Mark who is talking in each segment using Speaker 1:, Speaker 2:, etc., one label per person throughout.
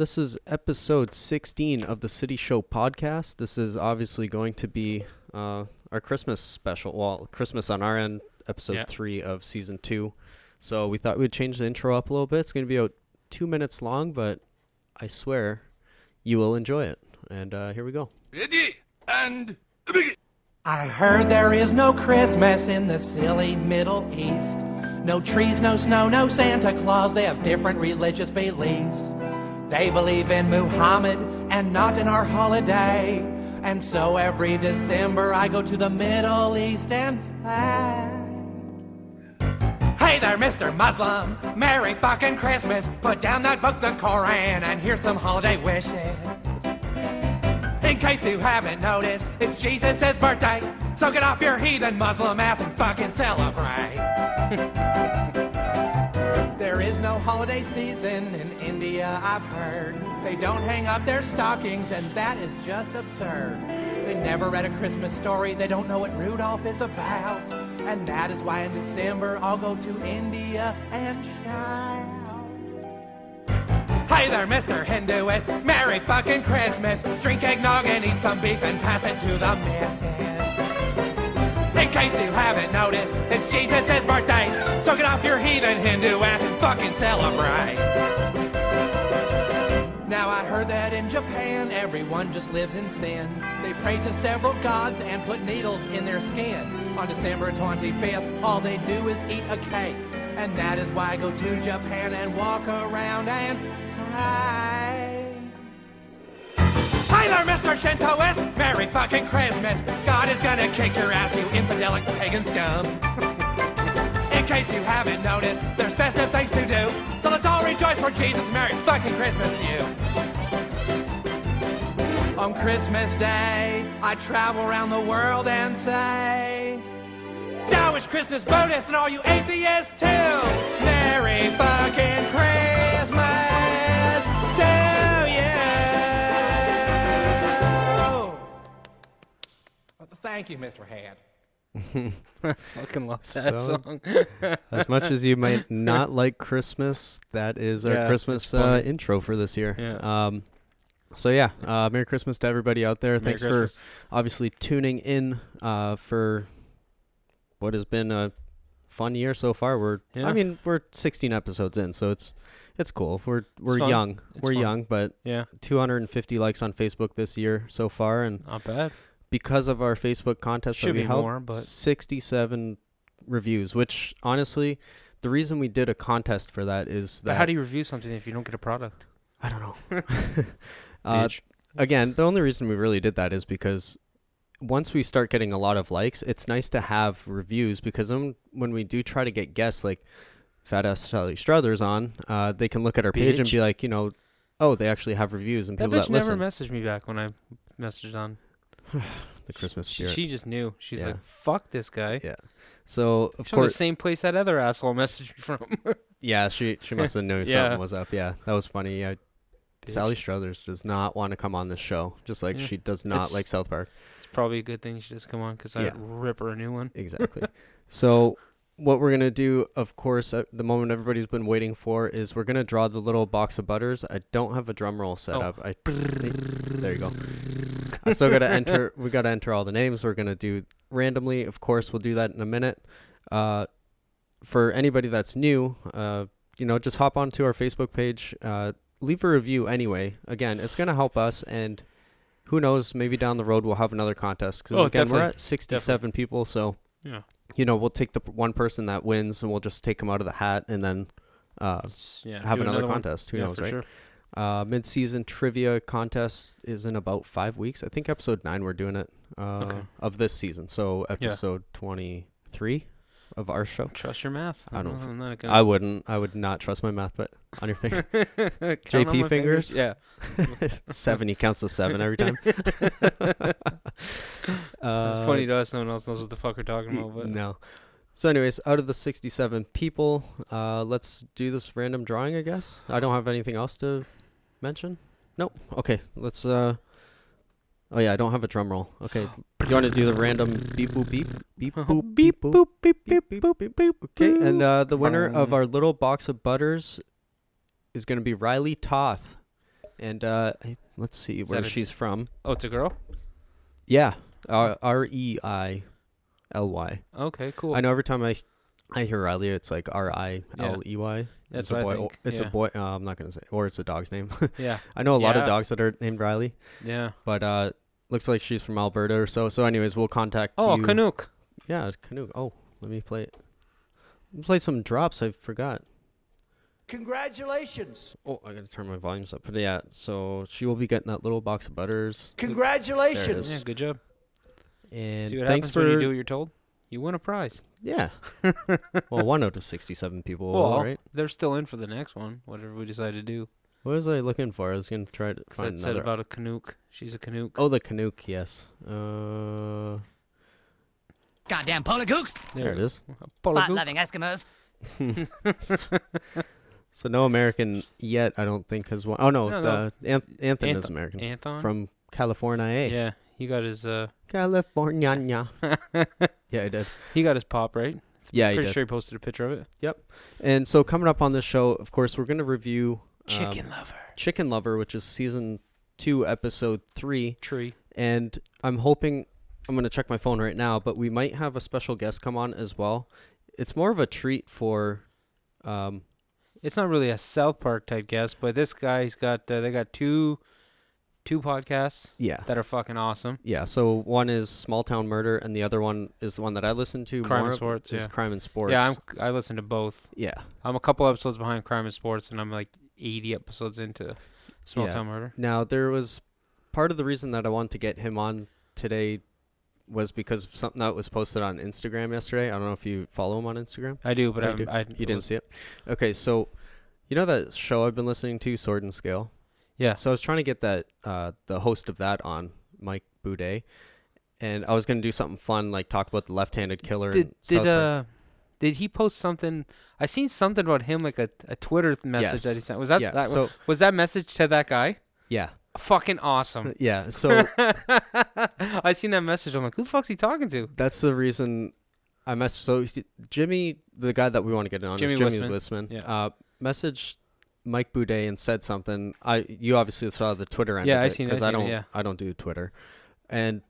Speaker 1: This is episode 16 of the City Show podcast. This is obviously going to be uh, our Christmas special. Well, Christmas on our end, episode
Speaker 2: Yeah.
Speaker 1: three of season two. So we thought we'd change the intro up a little bit. It's going to be about two minutes long, but I swear you will enjoy it. And uh, here we go.
Speaker 3: Ready and begin.
Speaker 4: I heard there is no Christmas in the silly Middle East. No trees, no snow, no Santa Claus. They have different religious beliefs. They believe in Muhammad and not in our holiday. And so every December I go to the Middle East and play. Hey there, Mr. Muslim. Merry fucking Christmas. Put down that book, the Koran, and here's some holiday wishes. In case you haven't noticed, it's Jesus' birthday. So get off your heathen Muslim ass and fucking celebrate. there is no holiday season in India, I've heard. They don't hang up their stockings, and that is just absurd. They never read a Christmas story, they don't know what Rudolph is about. And that is why in December I'll go to India and shout. Hey there, Mr. Hinduist. Merry fucking Christmas. Drink eggnog and eat some beef and pass it to the missus. In case you haven't noticed, it's Jesus' birthday. So get off your heathen Hindu ass and fucking celebrate. Now I heard that in Japan, everyone just lives in sin. They pray to several gods and put needles in their skin. On December 25th, all they do is eat a cake. And that is why I go to Japan and walk around and pray. Hi there, Mr. Shintoist! Merry fucking Christmas! God is gonna kick your ass, you infidelic pagan scum! In case you haven't noticed, there's festive things to do, so let's all rejoice for Jesus. Merry fucking Christmas to you! On Christmas Day, I travel around the world and say, Now is Christmas bonus and all you atheists too! Merry fucking Christmas to you! Thank you, Mr. Hand.
Speaker 2: Fucking love that
Speaker 1: So-
Speaker 2: song.
Speaker 1: As much as you might not like Christmas, that is our
Speaker 2: Yeah,
Speaker 1: Christmas
Speaker 2: it's funny.
Speaker 1: uh, intro for this year.
Speaker 2: Yeah.
Speaker 1: Um, so yeah, uh, Merry Christmas to everybody out there. Thanks for
Speaker 2: Christmas.
Speaker 1: obviously tuning in uh, for what has been a fun year so far. We're
Speaker 2: Yeah.
Speaker 1: I mean we're 16 episodes in, so it's it's cool. We're we're
Speaker 2: fun.
Speaker 1: young,
Speaker 2: It's
Speaker 1: we're
Speaker 2: fun.
Speaker 1: young, but
Speaker 2: yeah,
Speaker 1: 250 likes on Facebook this year so far, and
Speaker 2: not bad.
Speaker 1: because of our Facebook contest
Speaker 2: Should
Speaker 1: that we
Speaker 2: be
Speaker 1: held,
Speaker 2: more, but-
Speaker 1: 67 reviews. Which honestly, the reason we did a contest for that is
Speaker 2: But
Speaker 1: that
Speaker 2: how do you review something if you don't get a product?
Speaker 1: I don't know. uh, again, the only reason we really did that is because once we start getting a lot of likes, it's nice to have reviews because then when we do try to get guests like Fat Ass Sally Struthers on, uh, they can look at our page and
Speaker 2: Bitch.
Speaker 1: be like, you know, oh, they actually have reviews and
Speaker 2: That
Speaker 1: people
Speaker 2: bitch
Speaker 1: that
Speaker 2: never
Speaker 1: listen.
Speaker 2: messaged me back when I messaged on.
Speaker 1: the Christmas
Speaker 2: She,
Speaker 1: spirit.
Speaker 2: she just knew. She's
Speaker 1: Yeah.
Speaker 2: like, "Fuck this guy."
Speaker 1: yeah. So of
Speaker 2: She's from the
Speaker 1: course,
Speaker 2: same place that other asshole messaged me from.
Speaker 1: yeah, she she must have known
Speaker 2: Yeah.
Speaker 1: something was up. Yeah, that was funny. I, Sally Struthers does not want to come on this show, just like
Speaker 2: Yeah.
Speaker 1: she does not
Speaker 2: It's-
Speaker 1: like South Park.
Speaker 2: it's probably a good thing she just come on because
Speaker 1: Yeah.
Speaker 2: I'd rip her a new one.
Speaker 1: Exactly. so what we're gonna do, of course, at the moment everybody's been waiting for is we're gonna draw the little box of butters. I don't have a drum roll set
Speaker 2: Oh.
Speaker 1: up. I there you go. I still gotta enter. We gotta enter all the names. We're gonna do randomly. Of course, we'll do that in a minute. Uh, for anybody that's new, uh, you know, just hop onto our Facebook page. Uh, leave a review anyway. Again, it's gonna help us and. Who knows? Maybe down the road we'll have another contest. 'Cause
Speaker 2: Oh,
Speaker 1: again, we're
Speaker 2: definitely.
Speaker 1: at sixty-seven people, so
Speaker 2: Yeah,
Speaker 1: you know, we'll take the p- one person that wins and we'll just take them out of the hat and then uh,
Speaker 2: yeah.
Speaker 1: have
Speaker 2: do
Speaker 1: another,
Speaker 2: one.
Speaker 1: contest. Who
Speaker 2: yeah,
Speaker 1: knows,
Speaker 2: for
Speaker 1: right?
Speaker 2: sure.
Speaker 1: Uh, mid-season trivia contest is in about five weeks. I think episode nine we're doing it uh,
Speaker 2: Okay.
Speaker 1: of this season. So episode twenty-three of our show.
Speaker 2: Trust your math.
Speaker 1: I don't f-
Speaker 2: I'm not
Speaker 1: I wouldn't. I would not trust my math, but on your finger,
Speaker 2: JP
Speaker 1: JP fingers?
Speaker 2: Yeah.
Speaker 1: seven. He counts to seven every time.
Speaker 2: It's
Speaker 1: uh,
Speaker 2: funny to us. No one else knows what the fuck we're talking about. But
Speaker 1: No. So, anyways, out of the 67 people, uh, let's do this random drawing, I guess. I don't have anything else to mention. Nope. Okay, let's. Uh... Oh, yeah, I don't have a drum roll. Okay. Do you want to do the random beep boop beep? Beep boop beep boop beep beep boop beep boop. Okay, and uh, the winner of our little box of butters is going to be Riley Toth. And uh, I- let's see where
Speaker 2: that a-
Speaker 1: she's from.
Speaker 2: Oh, it's a girl.
Speaker 1: Yeah, R R E I L Y.
Speaker 2: Okay, cool.
Speaker 1: I know every time I I hear Riley, it's like R I L E Y. it's
Speaker 2: That's
Speaker 1: a
Speaker 2: what I
Speaker 1: boy.
Speaker 2: think,
Speaker 1: It's
Speaker 2: yeah.
Speaker 1: a boy. Uh, I'm not gonna say, or it's a dog's name.
Speaker 2: Yeah,
Speaker 1: I know a lot of
Speaker 2: Yeah.
Speaker 1: dogs that are named Riley,
Speaker 2: yeah.
Speaker 1: but uh, looks like she's from Alberta or so. So, anyways, we'll contact.
Speaker 2: Oh,
Speaker 1: you.
Speaker 2: Canuck.
Speaker 1: Yeah, it's Canuck. Oh, let me play. let me Play some drops. I forgot.
Speaker 5: Congratulations.
Speaker 1: Oh, I gotta turn my volumes up. But yeah, so she will be getting that little box of butters.
Speaker 5: Congratulations.
Speaker 2: Yeah, good job.
Speaker 1: And
Speaker 2: See what
Speaker 1: thanks
Speaker 2: happens
Speaker 1: for
Speaker 2: when you do what you're told. You win a prize.
Speaker 1: yeah. well, one out of sixty-seven people.
Speaker 2: Well,
Speaker 1: all right.
Speaker 2: they're still in for the next one, whatever we decide to do.
Speaker 1: What was I looking for? I was gonna try to
Speaker 2: Because I
Speaker 1: find
Speaker 2: said
Speaker 1: another.
Speaker 2: about a Canuck. She's a Canuck.
Speaker 1: oh, the Canuck. Yes. Uh,
Speaker 6: Goddamn Polygooks,
Speaker 1: there it is.
Speaker 6: fat loving Eskimos.
Speaker 1: So no American yet. I don't think has won. Oh no,
Speaker 2: No,
Speaker 1: the
Speaker 2: no.
Speaker 1: Anth- Anthon
Speaker 2: Anth-
Speaker 1: is American
Speaker 2: Anthon.
Speaker 1: from California. eh?
Speaker 2: yeah, he got his uh,
Speaker 1: California. yeah, I did.
Speaker 2: he got his pop right.
Speaker 1: Yeah, he
Speaker 2: Pretty
Speaker 1: did.
Speaker 2: sure he posted a picture of it.
Speaker 1: And so coming up on the show, of course, we're gonna review um,
Speaker 2: Chicken lover
Speaker 1: Chicken Lover, which is season two, episode three.
Speaker 2: tree.
Speaker 1: and I'm hoping I'm going to check my phone right now, but we might have a special guest come on as well. It's more of a treat for um
Speaker 2: It's not really a South Park type guest, but this guy's got uh, they got two two podcasts
Speaker 1: yeah.
Speaker 2: that are fucking awesome.
Speaker 1: Yeah, so one is Small Town Murder and the other one is the one that I listen to
Speaker 2: Crime
Speaker 1: more
Speaker 2: and
Speaker 1: of,
Speaker 2: Sports,
Speaker 1: is
Speaker 2: yeah.
Speaker 1: Crime and Sports.
Speaker 2: Yeah, I'm, I listen to both.
Speaker 1: yeah.
Speaker 2: I'm a couple episodes behind Crime and Sports, and I'm like 80 episodes into Small
Speaker 1: Yeah.
Speaker 2: Town Murder.
Speaker 1: Now there was part of the reason that I wanted to get him on today was because of something that was posted on Instagram yesterday. I don't know if you follow him on Instagram.
Speaker 2: I do, but
Speaker 1: I
Speaker 2: I,
Speaker 1: do.
Speaker 2: Um, I, I
Speaker 1: You didn't see it. Okay, so you know that show I've been listening to, Sword and Scale?
Speaker 2: Yeah.
Speaker 1: So I was trying to get that uh, the host of that on Mike Boudet, and I was gonna do something fun like talk about the left-handed killer.
Speaker 2: Did
Speaker 1: and
Speaker 2: did uh did he post something? I seen something about him like a, a Twitter th- message
Speaker 1: Yes.
Speaker 2: that he sent. Was that,
Speaker 1: Yeah,
Speaker 2: that
Speaker 1: so-
Speaker 2: was that message to that guy?
Speaker 1: yeah,
Speaker 2: Fucking awesome.
Speaker 1: yeah. So
Speaker 2: I seen that message. I'm like, who the fuck's he talking to?
Speaker 1: that's the reason I mess. So he- Jimmy, the guy that we want to get on, is
Speaker 2: Jimmy
Speaker 1: Jimmy
Speaker 2: Wisman.
Speaker 1: Wisman.
Speaker 2: Yeah.
Speaker 1: Uh, messaged Mike Boudet and said something. I you obviously saw the Twitter end.
Speaker 2: Yeah,
Speaker 1: of
Speaker 2: I
Speaker 1: it,
Speaker 2: seen it, I
Speaker 1: 'cause I
Speaker 2: seen it,
Speaker 1: don't
Speaker 2: yeah.
Speaker 1: I don't do Twitter, and.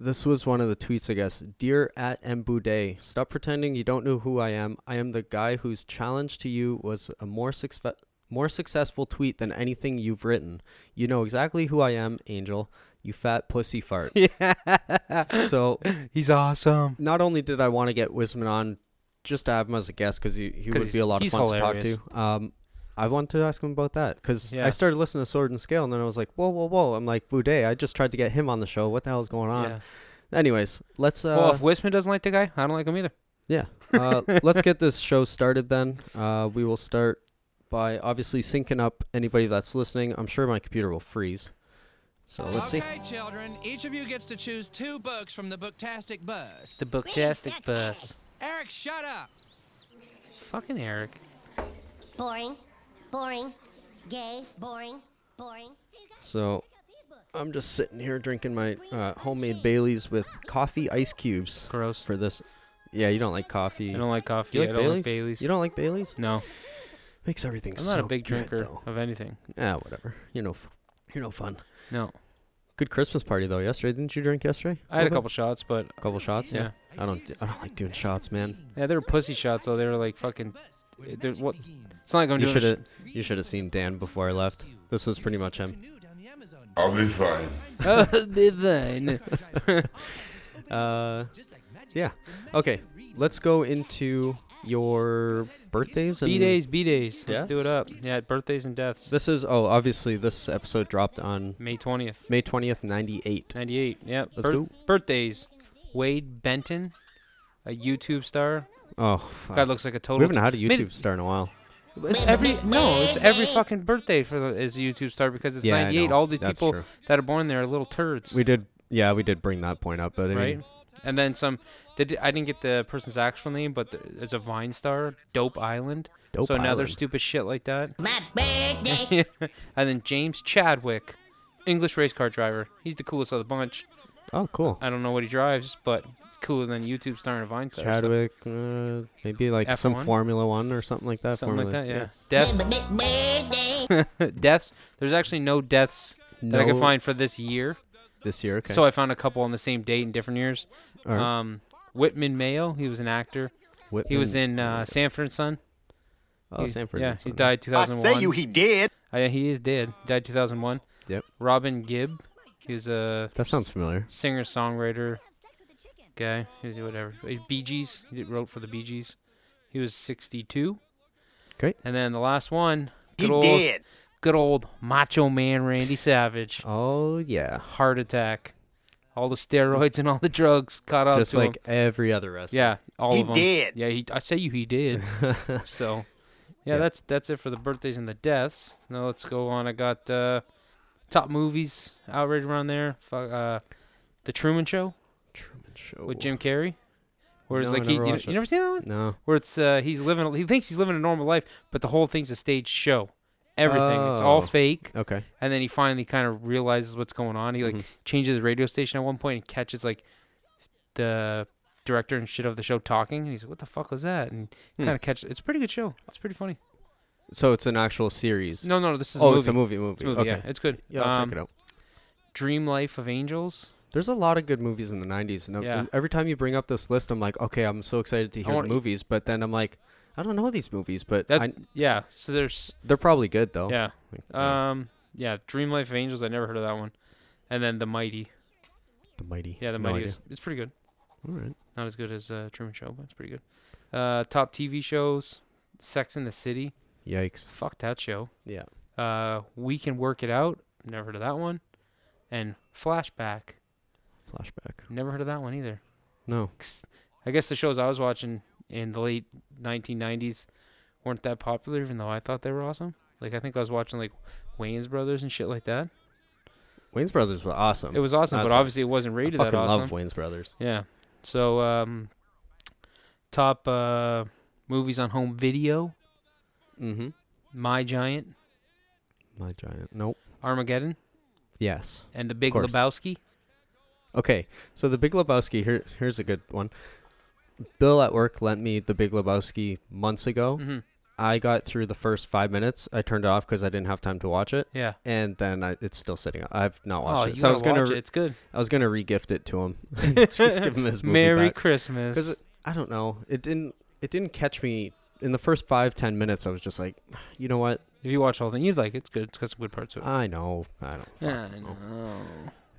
Speaker 1: This was one of the tweets, I guess. Dear at M. Boudet, stop pretending you don't know who I am. I am the guy whose challenge to you was a more, success more successful tweet than anything you've written. You know exactly who I am, Angel. You fat pussy fart. So
Speaker 2: He's awesome.
Speaker 1: not only did I want to get Wisman on just to have him as a guest because he, he
Speaker 2: 'Cause
Speaker 1: would be
Speaker 2: he's-
Speaker 1: a lot of
Speaker 2: he's
Speaker 1: fun
Speaker 2: hilarious.
Speaker 1: to talk to. Um, I wanted to ask him about that because
Speaker 2: Yeah.
Speaker 1: I started listening to Sword and Scale and then I was like, whoa, whoa, whoa! I'm like, Boudet, I just tried to get him on the show. What the hell's going on?
Speaker 2: Yeah.
Speaker 1: Anyways, let's uh,
Speaker 2: well, if Wisman doesn't like the guy, I don't like him either.
Speaker 1: yeah, uh, let's get this show started. Then uh, we will start by obviously syncing up anybody that's listening. I'm sure my computer will freeze. So let's see.
Speaker 7: Okay, children, each of you gets to choose two books from the Booktastic Buzz.
Speaker 2: The booktastic bus.
Speaker 7: Eric, shut up!
Speaker 2: Fucking Eric.
Speaker 8: Boring, boring, gay, boring, boring.
Speaker 1: So I'm just sitting here drinking my uh, homemade Bailey's with coffee ice cubes.
Speaker 2: Gross.
Speaker 1: For this, yeah, you don't like coffee.
Speaker 2: I don't like coffee.
Speaker 1: You
Speaker 2: I
Speaker 1: like
Speaker 2: don't
Speaker 1: Bailey's?
Speaker 2: like Bailey's.
Speaker 1: You don't like Bailey's?
Speaker 2: No,
Speaker 1: Makes everything.
Speaker 2: I'm not a
Speaker 1: so
Speaker 2: big
Speaker 1: good,
Speaker 2: drinker
Speaker 1: though.
Speaker 2: of anything.
Speaker 1: Ah, whatever. You're no, f- you're no fun.
Speaker 2: No,
Speaker 1: Good Christmas party though. Yesterday, didn't you drink yesterday?
Speaker 2: I had a
Speaker 1: Logan?
Speaker 2: couple shots, but
Speaker 1: Couple shots. Yeah.
Speaker 2: Yeah.
Speaker 1: I don't. do- I don't like doing shots, man.
Speaker 2: yeah, they were pussy shots. Though they were like fucking. they're- what? It's not like I'm
Speaker 1: You
Speaker 2: doing.
Speaker 1: should
Speaker 2: a
Speaker 1: have. You should have seen Dan before I left. This was pretty much him.
Speaker 3: I'll be fine.
Speaker 2: Oh, they're fine.
Speaker 1: Uh, yeah. Okay, let's go into your birthdays and
Speaker 2: B days, B days. Let's
Speaker 1: Deaths?
Speaker 2: do it up. Yeah, birthdays and deaths.
Speaker 1: This is oh, obviously this episode dropped on
Speaker 2: May twentieth,
Speaker 1: May twentieth, ninety eight.
Speaker 2: ninety eight. Yeah.
Speaker 1: Let's go.
Speaker 2: Birthdays. Wade Benton, a YouTube star.
Speaker 1: Oh, fuck.
Speaker 2: God looks like a total.
Speaker 1: we haven't had a
Speaker 2: I mean,
Speaker 1: YouTube star in a while.
Speaker 2: It's every no, it's every fucking birthday for the, is a YouTube star because it's
Speaker 1: Yeah, I
Speaker 2: 98.
Speaker 1: know.
Speaker 2: All the
Speaker 1: That's
Speaker 2: people
Speaker 1: true.
Speaker 2: that are born there are little turds,
Speaker 1: We did, yeah, we did bring that point up, but I
Speaker 2: right?
Speaker 1: mean,
Speaker 2: And then some. They di- I didn't get the person's actual name, but the, it's a Vine star, Dope Island.
Speaker 1: Dope
Speaker 2: so another
Speaker 1: Island.
Speaker 2: stupid shit like that.
Speaker 8: My birthday.
Speaker 2: and then James Chadwick, English race car driver. He's the coolest of the bunch.
Speaker 1: oh, cool.
Speaker 2: I don't know what he drives, but it's cooler than YouTube star and a Vine star. uh, so-
Speaker 1: Chadwick, uh, maybe like some
Speaker 2: F1?
Speaker 1: Formula One or something like that.
Speaker 2: something like
Speaker 1: Formula-
Speaker 2: that. Yeah. Death.
Speaker 8: My birthday.
Speaker 2: deaths. There's actually no deaths that I
Speaker 1: No.
Speaker 2: could find for this year.
Speaker 1: this year. Okay.
Speaker 2: So I found a couple on the same date in different years.
Speaker 1: All right.
Speaker 2: Um, Whitman Mayo, he was an actor. He was
Speaker 1: Whitman-
Speaker 2: in uh, Sanford and Son.
Speaker 1: Oh,
Speaker 2: He-
Speaker 1: Sanford.
Speaker 2: Yeah,
Speaker 1: and
Speaker 2: he
Speaker 1: Son.
Speaker 2: died 2001. I say you, he did. Oh, he is dead. Died 2001.
Speaker 1: Yep.
Speaker 2: Robin Gibb, he was a
Speaker 1: That sounds familiar.
Speaker 2: singer songwriter guy. He was whatever. He- Bee Gees. He did- wrote for the Bee Gees. He was 62.
Speaker 1: Great.
Speaker 2: And then the last one. Good old, Good old Macho Man Randy Savage.
Speaker 1: Oh yeah.
Speaker 2: Heart attack. All the steroids and all the drugs caught up
Speaker 1: Just
Speaker 2: to
Speaker 1: like
Speaker 2: him.
Speaker 1: every other wrestler.
Speaker 2: Yeah, all of them. did. Yeah, he, I say you, he did. so, yeah, that's that's it for the birthdays and the deaths. Now let's go on. I got uh, top movies out right around there. Fuck, uh, the Truman Show
Speaker 1: Truman Show.
Speaker 2: with Jim Carrey. Where it's
Speaker 1: No, I
Speaker 2: like he,
Speaker 1: never
Speaker 2: you,
Speaker 1: watched
Speaker 2: you
Speaker 1: it.
Speaker 2: never seen that one?
Speaker 1: No.
Speaker 2: Where it's uh, he's living, he thinks he's living a normal life, but the whole thing's a staged show. Everything, it's all
Speaker 1: Oh.
Speaker 2: fake.
Speaker 1: Okay.
Speaker 2: And then he finally kind of realizes what's going on. He like
Speaker 1: Mm-hmm.
Speaker 2: changes his radio station at one point and catches like the director and shit of the show talking. And he's like, "What the fuck was that?" And
Speaker 1: Hmm.
Speaker 2: kind of catches. It's a pretty good show. It's pretty funny.
Speaker 1: So it's an actual series.
Speaker 2: No, no, this is.
Speaker 1: oh,
Speaker 2: a movie.
Speaker 1: it's a movie. Movie.
Speaker 2: It's a movie.
Speaker 1: okay.
Speaker 2: Yeah, it's good.
Speaker 1: Yeah, I'll
Speaker 2: Um,
Speaker 1: check it out.
Speaker 2: Dream Life of Angels.
Speaker 1: There's a lot of good movies in the 90s. And
Speaker 2: Yeah.
Speaker 1: Every time you bring up this list, I'm like, okay, I'm so excited to hear
Speaker 2: wanna- e
Speaker 1: the movies. But then I'm like, I don't know these movies, but
Speaker 2: That
Speaker 1: I,
Speaker 2: yeah. So there's
Speaker 1: they're probably good though.
Speaker 2: yeah.
Speaker 1: yeah.
Speaker 2: Um yeah, Dream Life of Angels. I never heard of that one. And then The Mighty.
Speaker 1: The Mighty.
Speaker 2: Yeah, The
Speaker 1: No
Speaker 2: Mighty
Speaker 1: idea.
Speaker 2: is it's pretty good.
Speaker 1: All right.
Speaker 2: Not as good as uh, Truman Show, but it's pretty good. Uh, top TV shows: Sex in the City.
Speaker 1: Yikes.
Speaker 2: Fuck that show.
Speaker 1: Yeah.
Speaker 2: Uh, we can work it out. Never heard of that one. And Flashback.
Speaker 1: Flashback.
Speaker 2: Never heard of that one either.
Speaker 1: No.
Speaker 2: 'Cause I guess the shows I was watching in the late 1990s weren't that popular, even though I thought they were awesome. Like I think I was watching like Wayne's Brothers and shit like that.
Speaker 1: Wayne's Brothers was awesome.
Speaker 2: It was awesome,
Speaker 1: Um, That's
Speaker 2: but
Speaker 1: why-
Speaker 2: obviously it wasn't
Speaker 1: I
Speaker 2: rated that
Speaker 1: fucking
Speaker 2: awesome.
Speaker 1: love Wayne's Brothers.
Speaker 2: Yeah. So um, top uh, movies on home video:
Speaker 1: Mm-hmm.
Speaker 2: My Giant,
Speaker 1: My Giant. Nope.
Speaker 2: Armageddon,
Speaker 1: Yes.
Speaker 2: and The Big
Speaker 1: course.
Speaker 2: Lebowski.
Speaker 1: Okay, so the Big Lebowski. Here, here's a good one. Bill at work lent me the Big Lebowski months
Speaker 2: Mm.
Speaker 1: ago.
Speaker 2: Mm-hmm.
Speaker 1: I got through the first five minutes. I turned it off because I didn't have time to watch it.
Speaker 2: Yeah.
Speaker 1: and then I, it's still sitting. up. I've not
Speaker 2: Oh,
Speaker 1: watched
Speaker 2: you
Speaker 1: it, so I was gonna.
Speaker 2: watch
Speaker 1: re-
Speaker 2: it. It's good.
Speaker 1: I was gonna regift it to him. Just give him his movie
Speaker 2: Merry
Speaker 1: back.
Speaker 2: Christmas.
Speaker 1: Because I don't know, it didn't. It didn't catch me in the first five ten minutes. I was just like, you know what?
Speaker 2: If you watch the whole thing, you'd like it. It's good. It's got some good parts to it.
Speaker 1: I know. I don't.
Speaker 2: Yeah,
Speaker 1: fucking
Speaker 2: I
Speaker 1: know.
Speaker 2: know.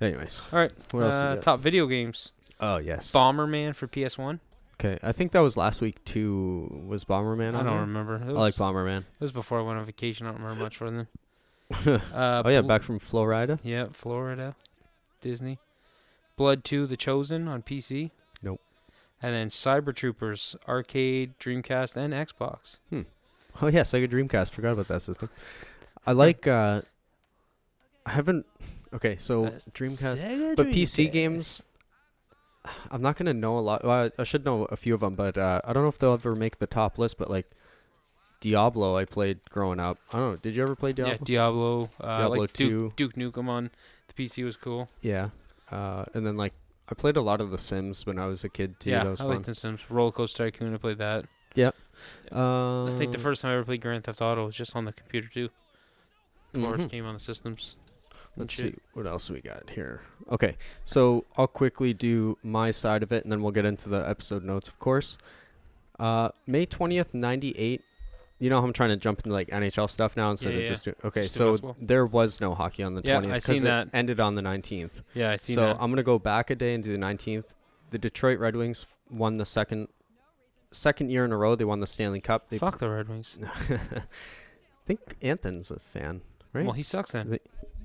Speaker 1: Anyways.
Speaker 2: All right.
Speaker 1: What else you
Speaker 2: uh,
Speaker 1: got?
Speaker 2: top video games.
Speaker 1: Oh yes.
Speaker 2: Bomberman for PS1.
Speaker 1: okay, I think that was last week too. Was Bomberman?
Speaker 2: I
Speaker 1: on
Speaker 2: don't
Speaker 1: there?
Speaker 2: remember. It was,
Speaker 1: I like Bomberman.
Speaker 2: It was before I went on vacation. I don't remember much from them. uh,
Speaker 1: Oh yeah,
Speaker 2: Bl-
Speaker 1: back from Florida.
Speaker 2: Yeah, Florida. Disney. Blood 2 The Chosen on PC.
Speaker 1: Nope.
Speaker 2: And then Cyber Troopers, arcade, Dreamcast, and Xbox.
Speaker 1: Oh yeah, Sega Dreamcast. Forgot about that system. I like. uh I haven't. Okay, so
Speaker 2: Uh,
Speaker 1: Dreamcast,
Speaker 2: Sega
Speaker 1: but PC
Speaker 2: Dreamcast.
Speaker 1: games. I'm not gonna know a lot. Well, I, I should know a few of them, but uh, I don't know if they'll ever make the top list. But like Diablo, I played growing up. I don't know. Did you ever play Diablo?
Speaker 2: Yeah, Diablo. Uh,
Speaker 1: Diablo
Speaker 2: like
Speaker 1: 2.
Speaker 2: Duke, Duke Nukem on the PC was cool.
Speaker 1: Yeah. Uh, and then like I played a lot of The Sims when I was a kid too.
Speaker 2: yeah,
Speaker 1: that was
Speaker 2: I
Speaker 1: fun.
Speaker 2: like The Sims. Roller Coaster Tycoon, I played that.
Speaker 1: Yep. Uh,
Speaker 2: I think the first time I ever played Grand Theft Auto was just on the computer too, before
Speaker 1: Mm-hmm.
Speaker 2: it came on the systems.
Speaker 1: Let's
Speaker 2: shit.
Speaker 1: see what else we got here. Okay, so I'll quickly do my side of it, and then we'll get into the episode notes, of course. Uh, May twentieth, ninety eight. You know how I'm trying to jump into like NHL stuff now instead
Speaker 2: Yeah,
Speaker 1: of
Speaker 2: yeah,
Speaker 1: just doing. Okay,
Speaker 2: Just do
Speaker 1: so
Speaker 2: basketball.
Speaker 1: there was no hockey on the
Speaker 2: Yeah, I
Speaker 1: twentieth
Speaker 2: seen
Speaker 1: it
Speaker 2: that.
Speaker 1: ended on the nineteenth.
Speaker 2: Yeah, I seen
Speaker 1: So
Speaker 2: that.
Speaker 1: I'm gonna go back a day and do the nineteenth. The Detroit Red Wings f- won the second second year in a row. They won the Stanley Cup. They,
Speaker 2: Fuck the Red Wings.
Speaker 1: I think Anthon's a fan, right?
Speaker 2: Well, he sucks then.
Speaker 1: They-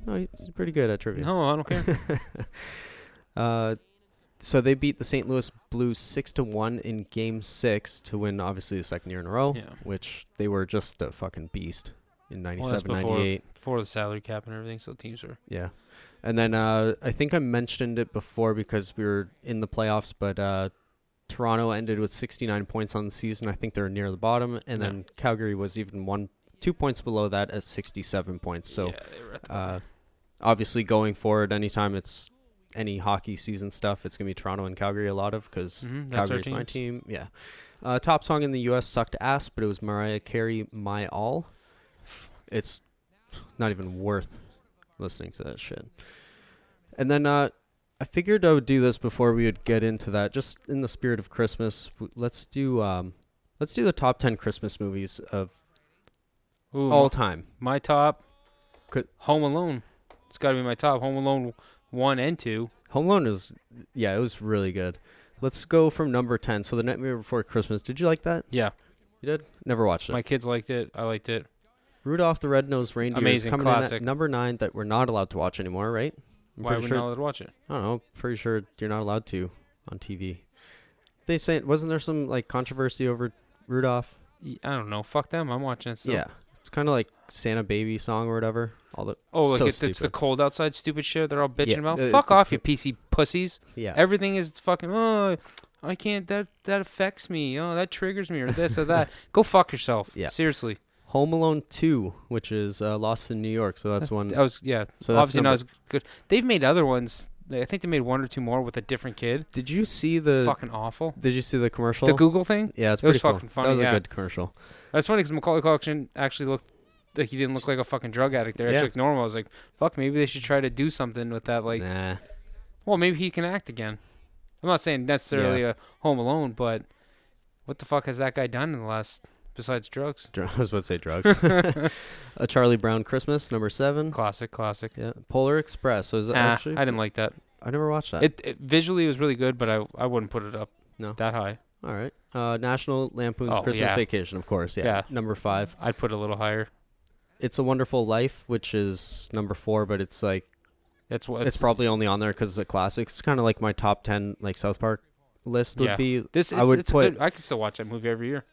Speaker 1: no, he's pretty good at trivia.
Speaker 2: No, I don't care.
Speaker 1: Uh, so they beat the St. Louis Blues six to one in Game Six to win, obviously the second year in a row,
Speaker 2: Yeah.
Speaker 1: which they were just a fucking beast in
Speaker 2: well, that's
Speaker 1: 97,
Speaker 2: before,
Speaker 1: 98.
Speaker 2: before the salary cap and everything, so teams are.
Speaker 1: Yeah, and then uh, I think I mentioned it before because we were in the playoffs, but uh, Toronto ended with sixty nine points on the season. I think they're near the bottom, and
Speaker 2: Yeah.
Speaker 1: then Calgary was even one two points below that at sixty seven points. So
Speaker 2: yeah, they were at the
Speaker 1: uh, obviously going forward anytime it's any hockey season stuff it's going to be toronto and calgary a lot of because
Speaker 2: Mhm, that's our
Speaker 1: calgary's my
Speaker 2: teams.
Speaker 1: team yeah uh, top song in the us sucked ass but it was mariah carey my all it's not even worth listening to that shit. And then uh, I figured I would do this before we would get into that, just in the spirit of Christmas. w- Let's do um, let's do the top ten Christmas movies of
Speaker 2: Ooh,
Speaker 1: all time.
Speaker 2: my top.
Speaker 1: Could-
Speaker 2: Home Alone. It's got to be my top. Home Alone one and two.
Speaker 1: Home Alone is, yeah, it was really good. Let's go from number ten. So the Nightmare Before Christmas. Did you like that?
Speaker 2: Yeah,
Speaker 1: You did. Never watched it.
Speaker 2: my kids liked it. I liked it.
Speaker 1: Rudolph the Red-Nosed Reindeer
Speaker 2: Amazing,
Speaker 1: is coming in at
Speaker 2: classic.
Speaker 1: number nine that we're not allowed to watch anymore, right? I'm
Speaker 2: Why
Speaker 1: pretty
Speaker 2: would we
Speaker 1: sure-
Speaker 2: not allowed to watch it?
Speaker 1: I don't know. Pretty sure you're not allowed to on TV. They say wasn't there some like controversy over Rudolph?
Speaker 2: Y- I don't know. Fuck them. I'm watching it. Still.
Speaker 1: yeah, it's kind of like Santa Baby song or whatever. All the
Speaker 2: Oh, like
Speaker 1: so
Speaker 2: it's, it's the
Speaker 1: stupid.
Speaker 2: cold outside, stupid shit. They're all bitching
Speaker 1: Yeah,
Speaker 2: about.
Speaker 1: uh,
Speaker 2: Fuck
Speaker 1: the-
Speaker 2: off, you PC pussies.
Speaker 1: yeah.
Speaker 2: Everything is fucking. Oh, I can't. That that affects me. Oh, that triggers me, or this or that. Go fuck yourself.
Speaker 1: Yeah.
Speaker 2: Seriously.
Speaker 1: Home Alone Two, which is uh, Lost in New York, so that's one.
Speaker 2: I was yeah.
Speaker 1: Mm. So that's
Speaker 2: obviously not
Speaker 1: number-
Speaker 2: as good. They've made other ones. I think they made one or two more with a different kid.
Speaker 1: Did you see the?
Speaker 2: fucking awful.
Speaker 1: Did you see the commercial?
Speaker 2: The Google thing.
Speaker 1: yeah, it's
Speaker 2: it
Speaker 1: pretty
Speaker 2: was
Speaker 1: cool.
Speaker 2: fucking
Speaker 1: That
Speaker 2: funny,
Speaker 1: was
Speaker 2: yeah.
Speaker 1: a good commercial.
Speaker 2: That's funny because Macaulay Culkin actually looked like he didn't look like a fucking drug addict. They
Speaker 1: Yeah.
Speaker 2: actually looked normal. I was like, fuck, maybe they should try to do something with that. Like,
Speaker 1: nah.
Speaker 2: well, maybe he can act again. I'm not saying necessarily a Home Alone, but what the fuck has that guy done in the last besides drugs?
Speaker 1: Dr- I was about to say drugs. a Charlie Brown Christmas, number seven.
Speaker 2: Classic, classic.
Speaker 1: Yeah, Polar Express. So is that
Speaker 2: Nah,
Speaker 1: actually?
Speaker 2: I didn't like that.
Speaker 1: I never watched that.
Speaker 2: It, it visually was really good, but I I wouldn't put it up
Speaker 1: No.
Speaker 2: that high.
Speaker 1: All right. Uh, National Lampoon's
Speaker 2: Oh,
Speaker 1: Christmas
Speaker 2: yeah.
Speaker 1: Vacation, of course. Yeah.
Speaker 2: Yeah.
Speaker 1: Number five.
Speaker 2: I'd put it a little higher.
Speaker 1: It's a Wonderful Life, which is number four, but it's like
Speaker 2: That's what
Speaker 1: it's, probably only on there because it's a classic. It's kind of like my top ten like South Park list would
Speaker 2: yeah.
Speaker 1: be.
Speaker 2: This
Speaker 1: I
Speaker 2: it's-
Speaker 1: would
Speaker 2: it's
Speaker 1: put,
Speaker 2: good. I could still watch that movie every year.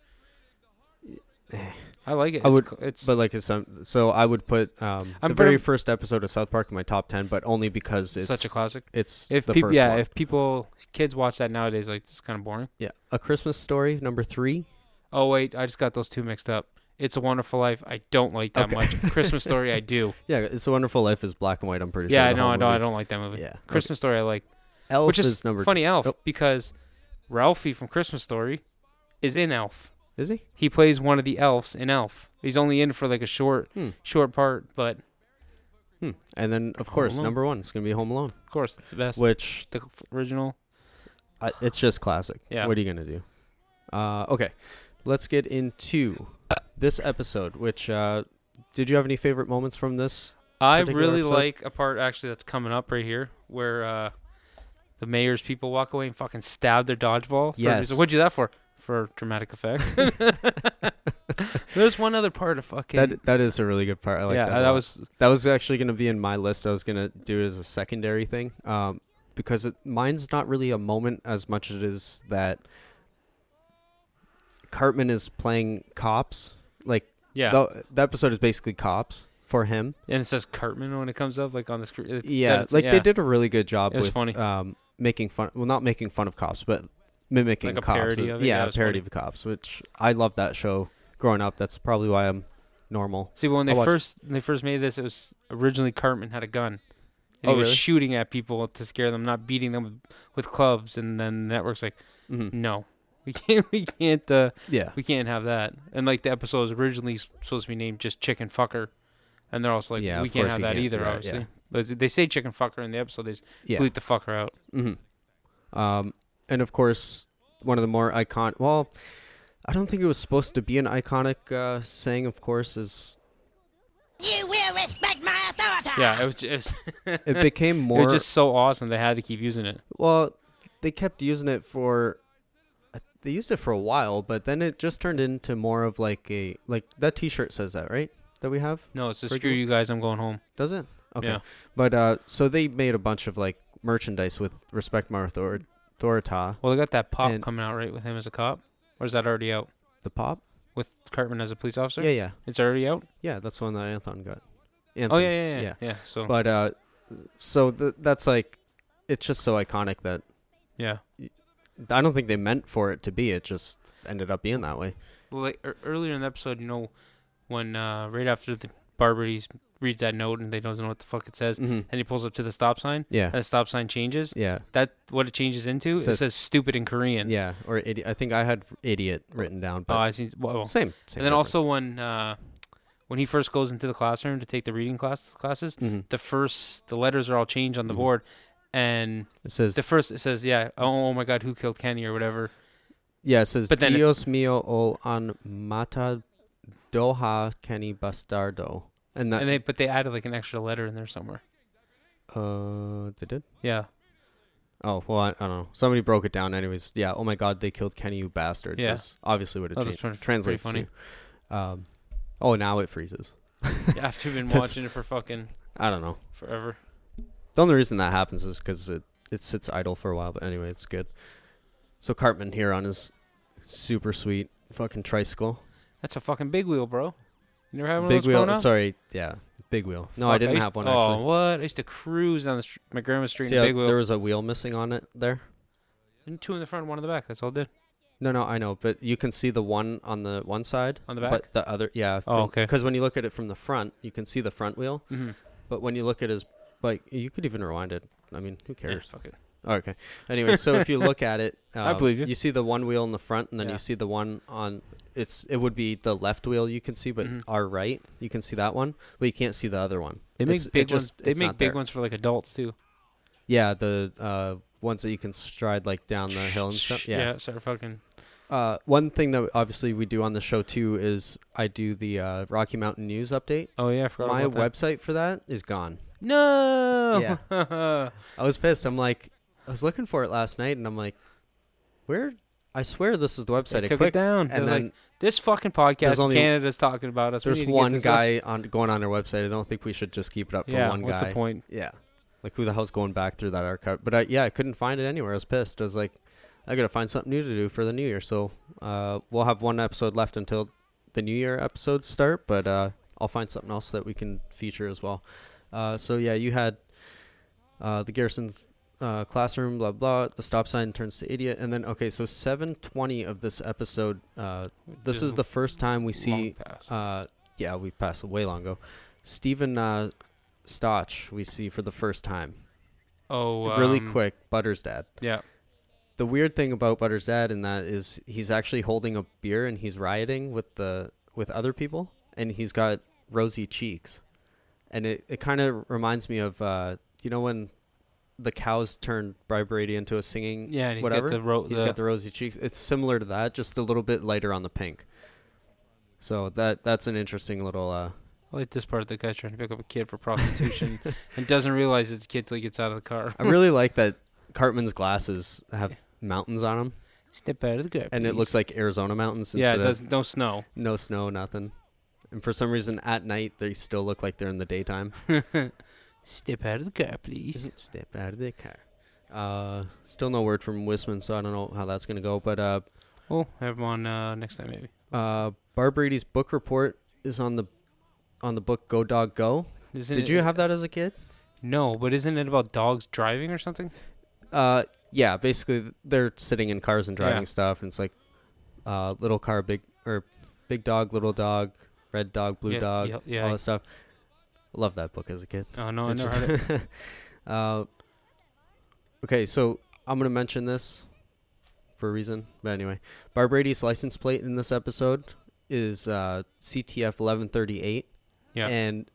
Speaker 2: I like it.
Speaker 1: I
Speaker 2: it's,
Speaker 1: would-
Speaker 2: cl- it's
Speaker 1: but like it's um, so I would put um
Speaker 2: I'm
Speaker 1: the very
Speaker 2: very-
Speaker 1: first episode of South Park in my top ten, but only because it's
Speaker 2: such a classic.
Speaker 1: It's
Speaker 2: If
Speaker 1: the
Speaker 2: people,
Speaker 1: first
Speaker 2: yeah,
Speaker 1: one.
Speaker 2: if people, kids watch that nowadays, like it's kind of boring.
Speaker 1: yeah, a Christmas Story number three.
Speaker 2: Oh wait, I just got those two mixed up. It's a Wonderful Life. I don't like that
Speaker 1: Okay.
Speaker 2: much. Christmas Story, I do.
Speaker 1: Yeah, It's a Wonderful Life is black and white. I'm pretty
Speaker 2: yeah,
Speaker 1: sure. the
Speaker 2: no,
Speaker 1: whole
Speaker 2: I don't. I
Speaker 1: movie.
Speaker 2: don't like that movie.
Speaker 1: Yeah, okay.
Speaker 2: Christmas Story, I like,
Speaker 1: Elf
Speaker 2: which is, Oh.
Speaker 1: number
Speaker 2: funny. Elf
Speaker 1: Nope.
Speaker 2: because Ralphie from Christmas Story is in Elf.
Speaker 1: Is he?
Speaker 2: He plays one of the elves in Elf. He's only in for like a short,
Speaker 1: Hmm.
Speaker 2: short part, but
Speaker 1: Hmm. And then of course
Speaker 2: Alone.
Speaker 1: number one is gonna be Home Alone,
Speaker 2: of course it's the best.
Speaker 1: which
Speaker 2: the original.
Speaker 1: I, it's just classic.
Speaker 2: Yeah.
Speaker 1: What are you gonna do? Uh, okay, let's get into this episode. Which uh, did you have any favorite moments from this?
Speaker 2: I
Speaker 1: particular
Speaker 2: really
Speaker 1: episode?
Speaker 2: like a part actually that's coming up right here where uh, the mayor's people walk away and fucking stab their dodgeball. for-
Speaker 1: Yes.
Speaker 2: so what'd you do that for? For dramatic effect. There's one other part of fucking.
Speaker 1: That that is a really good part. I like
Speaker 2: yeah,
Speaker 1: uh, that.
Speaker 2: that,
Speaker 1: a lot.
Speaker 2: was
Speaker 1: that was actually gonna be in my list. I was gonna do it as a secondary thing, um, because it, mine's not really a moment as much as it is that Cartman is playing cops. Like
Speaker 2: yeah,
Speaker 1: the, the episode is basically cops for him.
Speaker 2: and it says Cartman when it comes up like on the screen. It's-
Speaker 1: Yeah,
Speaker 2: it's-
Speaker 1: like
Speaker 2: yeah,
Speaker 1: they did a really good job
Speaker 2: It was
Speaker 1: with
Speaker 2: funny.
Speaker 1: um making fun well not making fun of cops, but mimicking
Speaker 2: Like a
Speaker 1: cops.
Speaker 2: parody of it, yeah,
Speaker 1: yeah,
Speaker 2: it
Speaker 1: a
Speaker 2: was
Speaker 1: parody
Speaker 2: funny.
Speaker 1: of cops, which I love that show growing up. That's probably why I'm normal.
Speaker 2: See, when they
Speaker 1: I watched-
Speaker 2: first when they first made this, it was originally Cartman had a gun. And
Speaker 1: Oh,
Speaker 2: he was
Speaker 1: really?
Speaker 2: shooting at people to scare them, not beating them with, with clubs. And then the network's like,
Speaker 1: Mhm.
Speaker 2: no, we can't, we can't. Uh,
Speaker 1: Yeah.
Speaker 2: Mm-hmm. we can't have that. And like the episode was originally s- supposed to be named just Chicken Fucker, and they're also like,
Speaker 1: Yeah,
Speaker 2: we
Speaker 1: of
Speaker 2: can't
Speaker 1: course
Speaker 2: have
Speaker 1: you
Speaker 2: that
Speaker 1: can't
Speaker 2: either,
Speaker 1: do that,
Speaker 2: obviously.
Speaker 1: yeah.
Speaker 2: But they say Chicken Fucker in the episode, they just
Speaker 1: Yeah.
Speaker 2: bleep the fucker out.
Speaker 1: Mm-hmm. Um and of course one of the more iconic well, I don't think it was supposed to be an iconic uh saying of course is
Speaker 8: You will respect my authority.
Speaker 2: Yeah, it was just it
Speaker 1: it became more
Speaker 2: was just so awesome they had to keep using it.
Speaker 1: well they kept using it for uh, they used it for a while, but then it just turned into more of like a like that T-shirt says that right that we have.
Speaker 2: No, it's just
Speaker 1: Pretty
Speaker 2: screw
Speaker 1: cool.
Speaker 2: you guys, I'm going home.
Speaker 1: Does it? Okay.
Speaker 2: Yeah.
Speaker 1: But uh, so they made a bunch of like merchandise with respect my author- authorita,
Speaker 2: Well, they got that pop
Speaker 1: And-
Speaker 2: coming out right with him as a cop, or is that already out
Speaker 1: the pop.
Speaker 2: with Cartman as a police officer?
Speaker 1: Yeah, yeah,
Speaker 2: It's already out.
Speaker 1: yeah. That's the one that Anthon got.
Speaker 2: Oh
Speaker 1: Anthony,
Speaker 2: yeah, yeah, yeah, yeah. so
Speaker 1: But uh, so th- that's like, it's just so iconic that
Speaker 2: yeah.
Speaker 1: I don't think they meant for it to be. It just ended up being that way.
Speaker 2: Well, like ear earlier in the episode, you know, when uh, right after the barber he reads that note and they don't know what the fuck it says,
Speaker 1: Mhm.
Speaker 2: and he pulls up to the stop sign,
Speaker 1: Yeah.
Speaker 2: and the stop sign changes.
Speaker 1: Yeah,
Speaker 2: That what it changes into? it
Speaker 1: Says-
Speaker 2: says stupid in Korean.
Speaker 1: yeah. Or idi- I think I had idiot written down,
Speaker 2: Oh,
Speaker 1: but
Speaker 2: I see.
Speaker 1: same.
Speaker 2: Whoa.
Speaker 1: same
Speaker 2: and then
Speaker 1: difference.
Speaker 2: also when uh, when he first goes into the classroom to take the reading class classes,
Speaker 1: Mm-hmm.
Speaker 2: the first the letters are all changed
Speaker 1: Mm.
Speaker 2: on the board, and
Speaker 1: It says
Speaker 2: the first it says yeah oh, oh my god who killed Kenny or whatever
Speaker 1: yeah, it says
Speaker 2: but then it-
Speaker 1: Dios mío o an mata doha kenny bastardo. And that
Speaker 2: and they but they added like an extra letter in there somewhere
Speaker 1: uh they did.
Speaker 2: yeah
Speaker 1: Oh well, I, I don't know. Somebody broke it down, anyways. Yeah. Oh my God, they killed Kenny, you bastards.
Speaker 2: Yeah.
Speaker 1: Is obviously what it
Speaker 2: Oh,
Speaker 1: cha-
Speaker 2: that's pretty- pretty
Speaker 1: translates
Speaker 2: funny.
Speaker 1: to. Um, oh, now it freezes.
Speaker 2: Yeah, after you've been
Speaker 1: That's-
Speaker 2: watching it for fucking
Speaker 1: I don't know.
Speaker 2: forever
Speaker 1: The only reason that happens is because it it sits idle for a while. But anyway, it's good. So Cartman here on his super sweet fucking tricycle,
Speaker 2: that's a fucking big wheel bro you never had one of
Speaker 1: big
Speaker 2: those growing
Speaker 1: wheel.
Speaker 2: up?
Speaker 1: Sorry, yeah, big wheel. No, I
Speaker 2: Fuck,
Speaker 1: didn't
Speaker 2: used-
Speaker 1: have one
Speaker 2: oh,
Speaker 1: actually.
Speaker 2: what I used to cruise down the street, my grandma's street
Speaker 1: See,
Speaker 2: in a
Speaker 1: how
Speaker 2: big wheel
Speaker 1: there was a wheel missing on it there.
Speaker 2: And two in the front one in the back that's all it did
Speaker 1: No, no, I know, but you can see the one on the one side
Speaker 2: On the
Speaker 1: but
Speaker 2: back?
Speaker 1: the other, yeah.
Speaker 2: Oh, okay.
Speaker 1: Because when you look at it from the front, you can see the front wheel,
Speaker 2: Mm-hmm.
Speaker 1: but when you look at his bike, you could even rewind it. I mean, who
Speaker 2: yeah,
Speaker 1: cares? Oh,
Speaker 2: fuck it
Speaker 1: Okay. Anyway, so if you look at it, um,
Speaker 2: believe you.
Speaker 1: You see the one wheel in the front, and then
Speaker 2: Yeah.
Speaker 1: you see the one on. It's it would be the left wheel you can see, but our right you can see that one, but you can't see the other one.
Speaker 2: Mm-hmm. they make
Speaker 1: It's- it
Speaker 2: big
Speaker 1: just-
Speaker 2: ones they
Speaker 1: it's
Speaker 2: make
Speaker 1: not
Speaker 2: big
Speaker 1: there.
Speaker 2: ones for like adults too
Speaker 1: Yeah, the uh, ones that you can stride like down the hill and stuff.
Speaker 2: yeah, start fucking
Speaker 1: Uh, one thing that obviously we do on the show too is I do the uh, Rocky Mountain News update.
Speaker 2: oh yeah I forgot
Speaker 1: My
Speaker 2: about that.
Speaker 1: website for that is gone.
Speaker 2: no yeah
Speaker 1: I was pissed. I'm like, I was looking for it last night, and I'm like, where? I swear this is the website.
Speaker 2: They
Speaker 1: I
Speaker 2: took it
Speaker 1: clicked,
Speaker 2: down.
Speaker 1: and
Speaker 2: And
Speaker 1: then
Speaker 2: like, this fucking podcast,
Speaker 1: there's only-
Speaker 2: Canada's talking about us. We
Speaker 1: there's
Speaker 2: need to get
Speaker 1: one
Speaker 2: this up."
Speaker 1: guy on going on our website. I don't think we should just keep it up for
Speaker 2: Yeah,
Speaker 1: one guy.
Speaker 2: what's the point?
Speaker 1: Yeah, like who the hell's going back through that archive? But I, yeah, I couldn't find it anywhere. I was pissed. I was like, I gotta find something new to do for the new year. So uh, we'll have one episode left until the new year episodes start. But uh, I'll find something else that we can feature as well. Uh, so yeah, you had uh, the Garrison's uh, classroom, blah blah. The stop sign turns to idiot, and then okay, so seven twenty of this episode. Uh, this
Speaker 2: Just
Speaker 1: is the first time we see.
Speaker 2: past.
Speaker 1: Uh, yeah, we passed way long ago. Stephen uh, Stotch, we see for the first time,
Speaker 2: Oh,
Speaker 1: really
Speaker 2: um,
Speaker 1: quick. Butter's dad.
Speaker 2: Yeah.
Speaker 1: The weird thing about Butter's dad in that is he's actually holding a beer and he's rioting with the with other people, and he's got rosy cheeks, and it, it kind of reminds me of uh, you know when the cows turned Brady into a singing
Speaker 2: Yeah, and he's got
Speaker 1: whatever
Speaker 2: the ro-
Speaker 1: he's
Speaker 2: the-
Speaker 1: got the rosy cheeks. It's similar to that, just a little bit lighter on the pink. So that that's an interesting little uh,
Speaker 2: I like this part. The guy's trying to pick up a kid for prostitution and doesn't realize it's a kid till he gets out of the car.
Speaker 1: I really like that Cartman's glasses have mountains on them,
Speaker 2: Step out of the car.
Speaker 1: and it looks like Arizona mountains
Speaker 2: Yeah,
Speaker 1: instead
Speaker 2: it
Speaker 1: of
Speaker 2: doesn't, no snow.
Speaker 1: no snow, nothing. And for some reason, at night they still look like they're in the daytime.
Speaker 2: Step out of the car, please.
Speaker 1: Step out of the car. Uh, still no word from Wisman, so I don't know how that's gonna go. But uh,
Speaker 2: Oh, have him on uh, next time maybe.
Speaker 1: uh, Barb Brady's book report is on the on the book Go Dog Go.
Speaker 2: Isn't
Speaker 1: Did
Speaker 2: it-
Speaker 1: you have that as a kid?
Speaker 2: No, but isn't it about dogs driving or something?
Speaker 1: uh yeah basically th- they're sitting in cars and driving
Speaker 2: Yeah.
Speaker 1: stuff and it's like uh little car big or big dog little dog red dog blue
Speaker 2: Yeah,
Speaker 1: dog
Speaker 2: yeah, yeah,
Speaker 1: all
Speaker 2: I-
Speaker 1: that stuff love that book as a kid
Speaker 2: Oh no, I never
Speaker 1: It's
Speaker 2: heard it.
Speaker 1: just- uh, okay so i'm gonna mention this for a reason but anyway bar brady's license plate in this episode is uh ctf 1138
Speaker 2: Yeah,
Speaker 1: and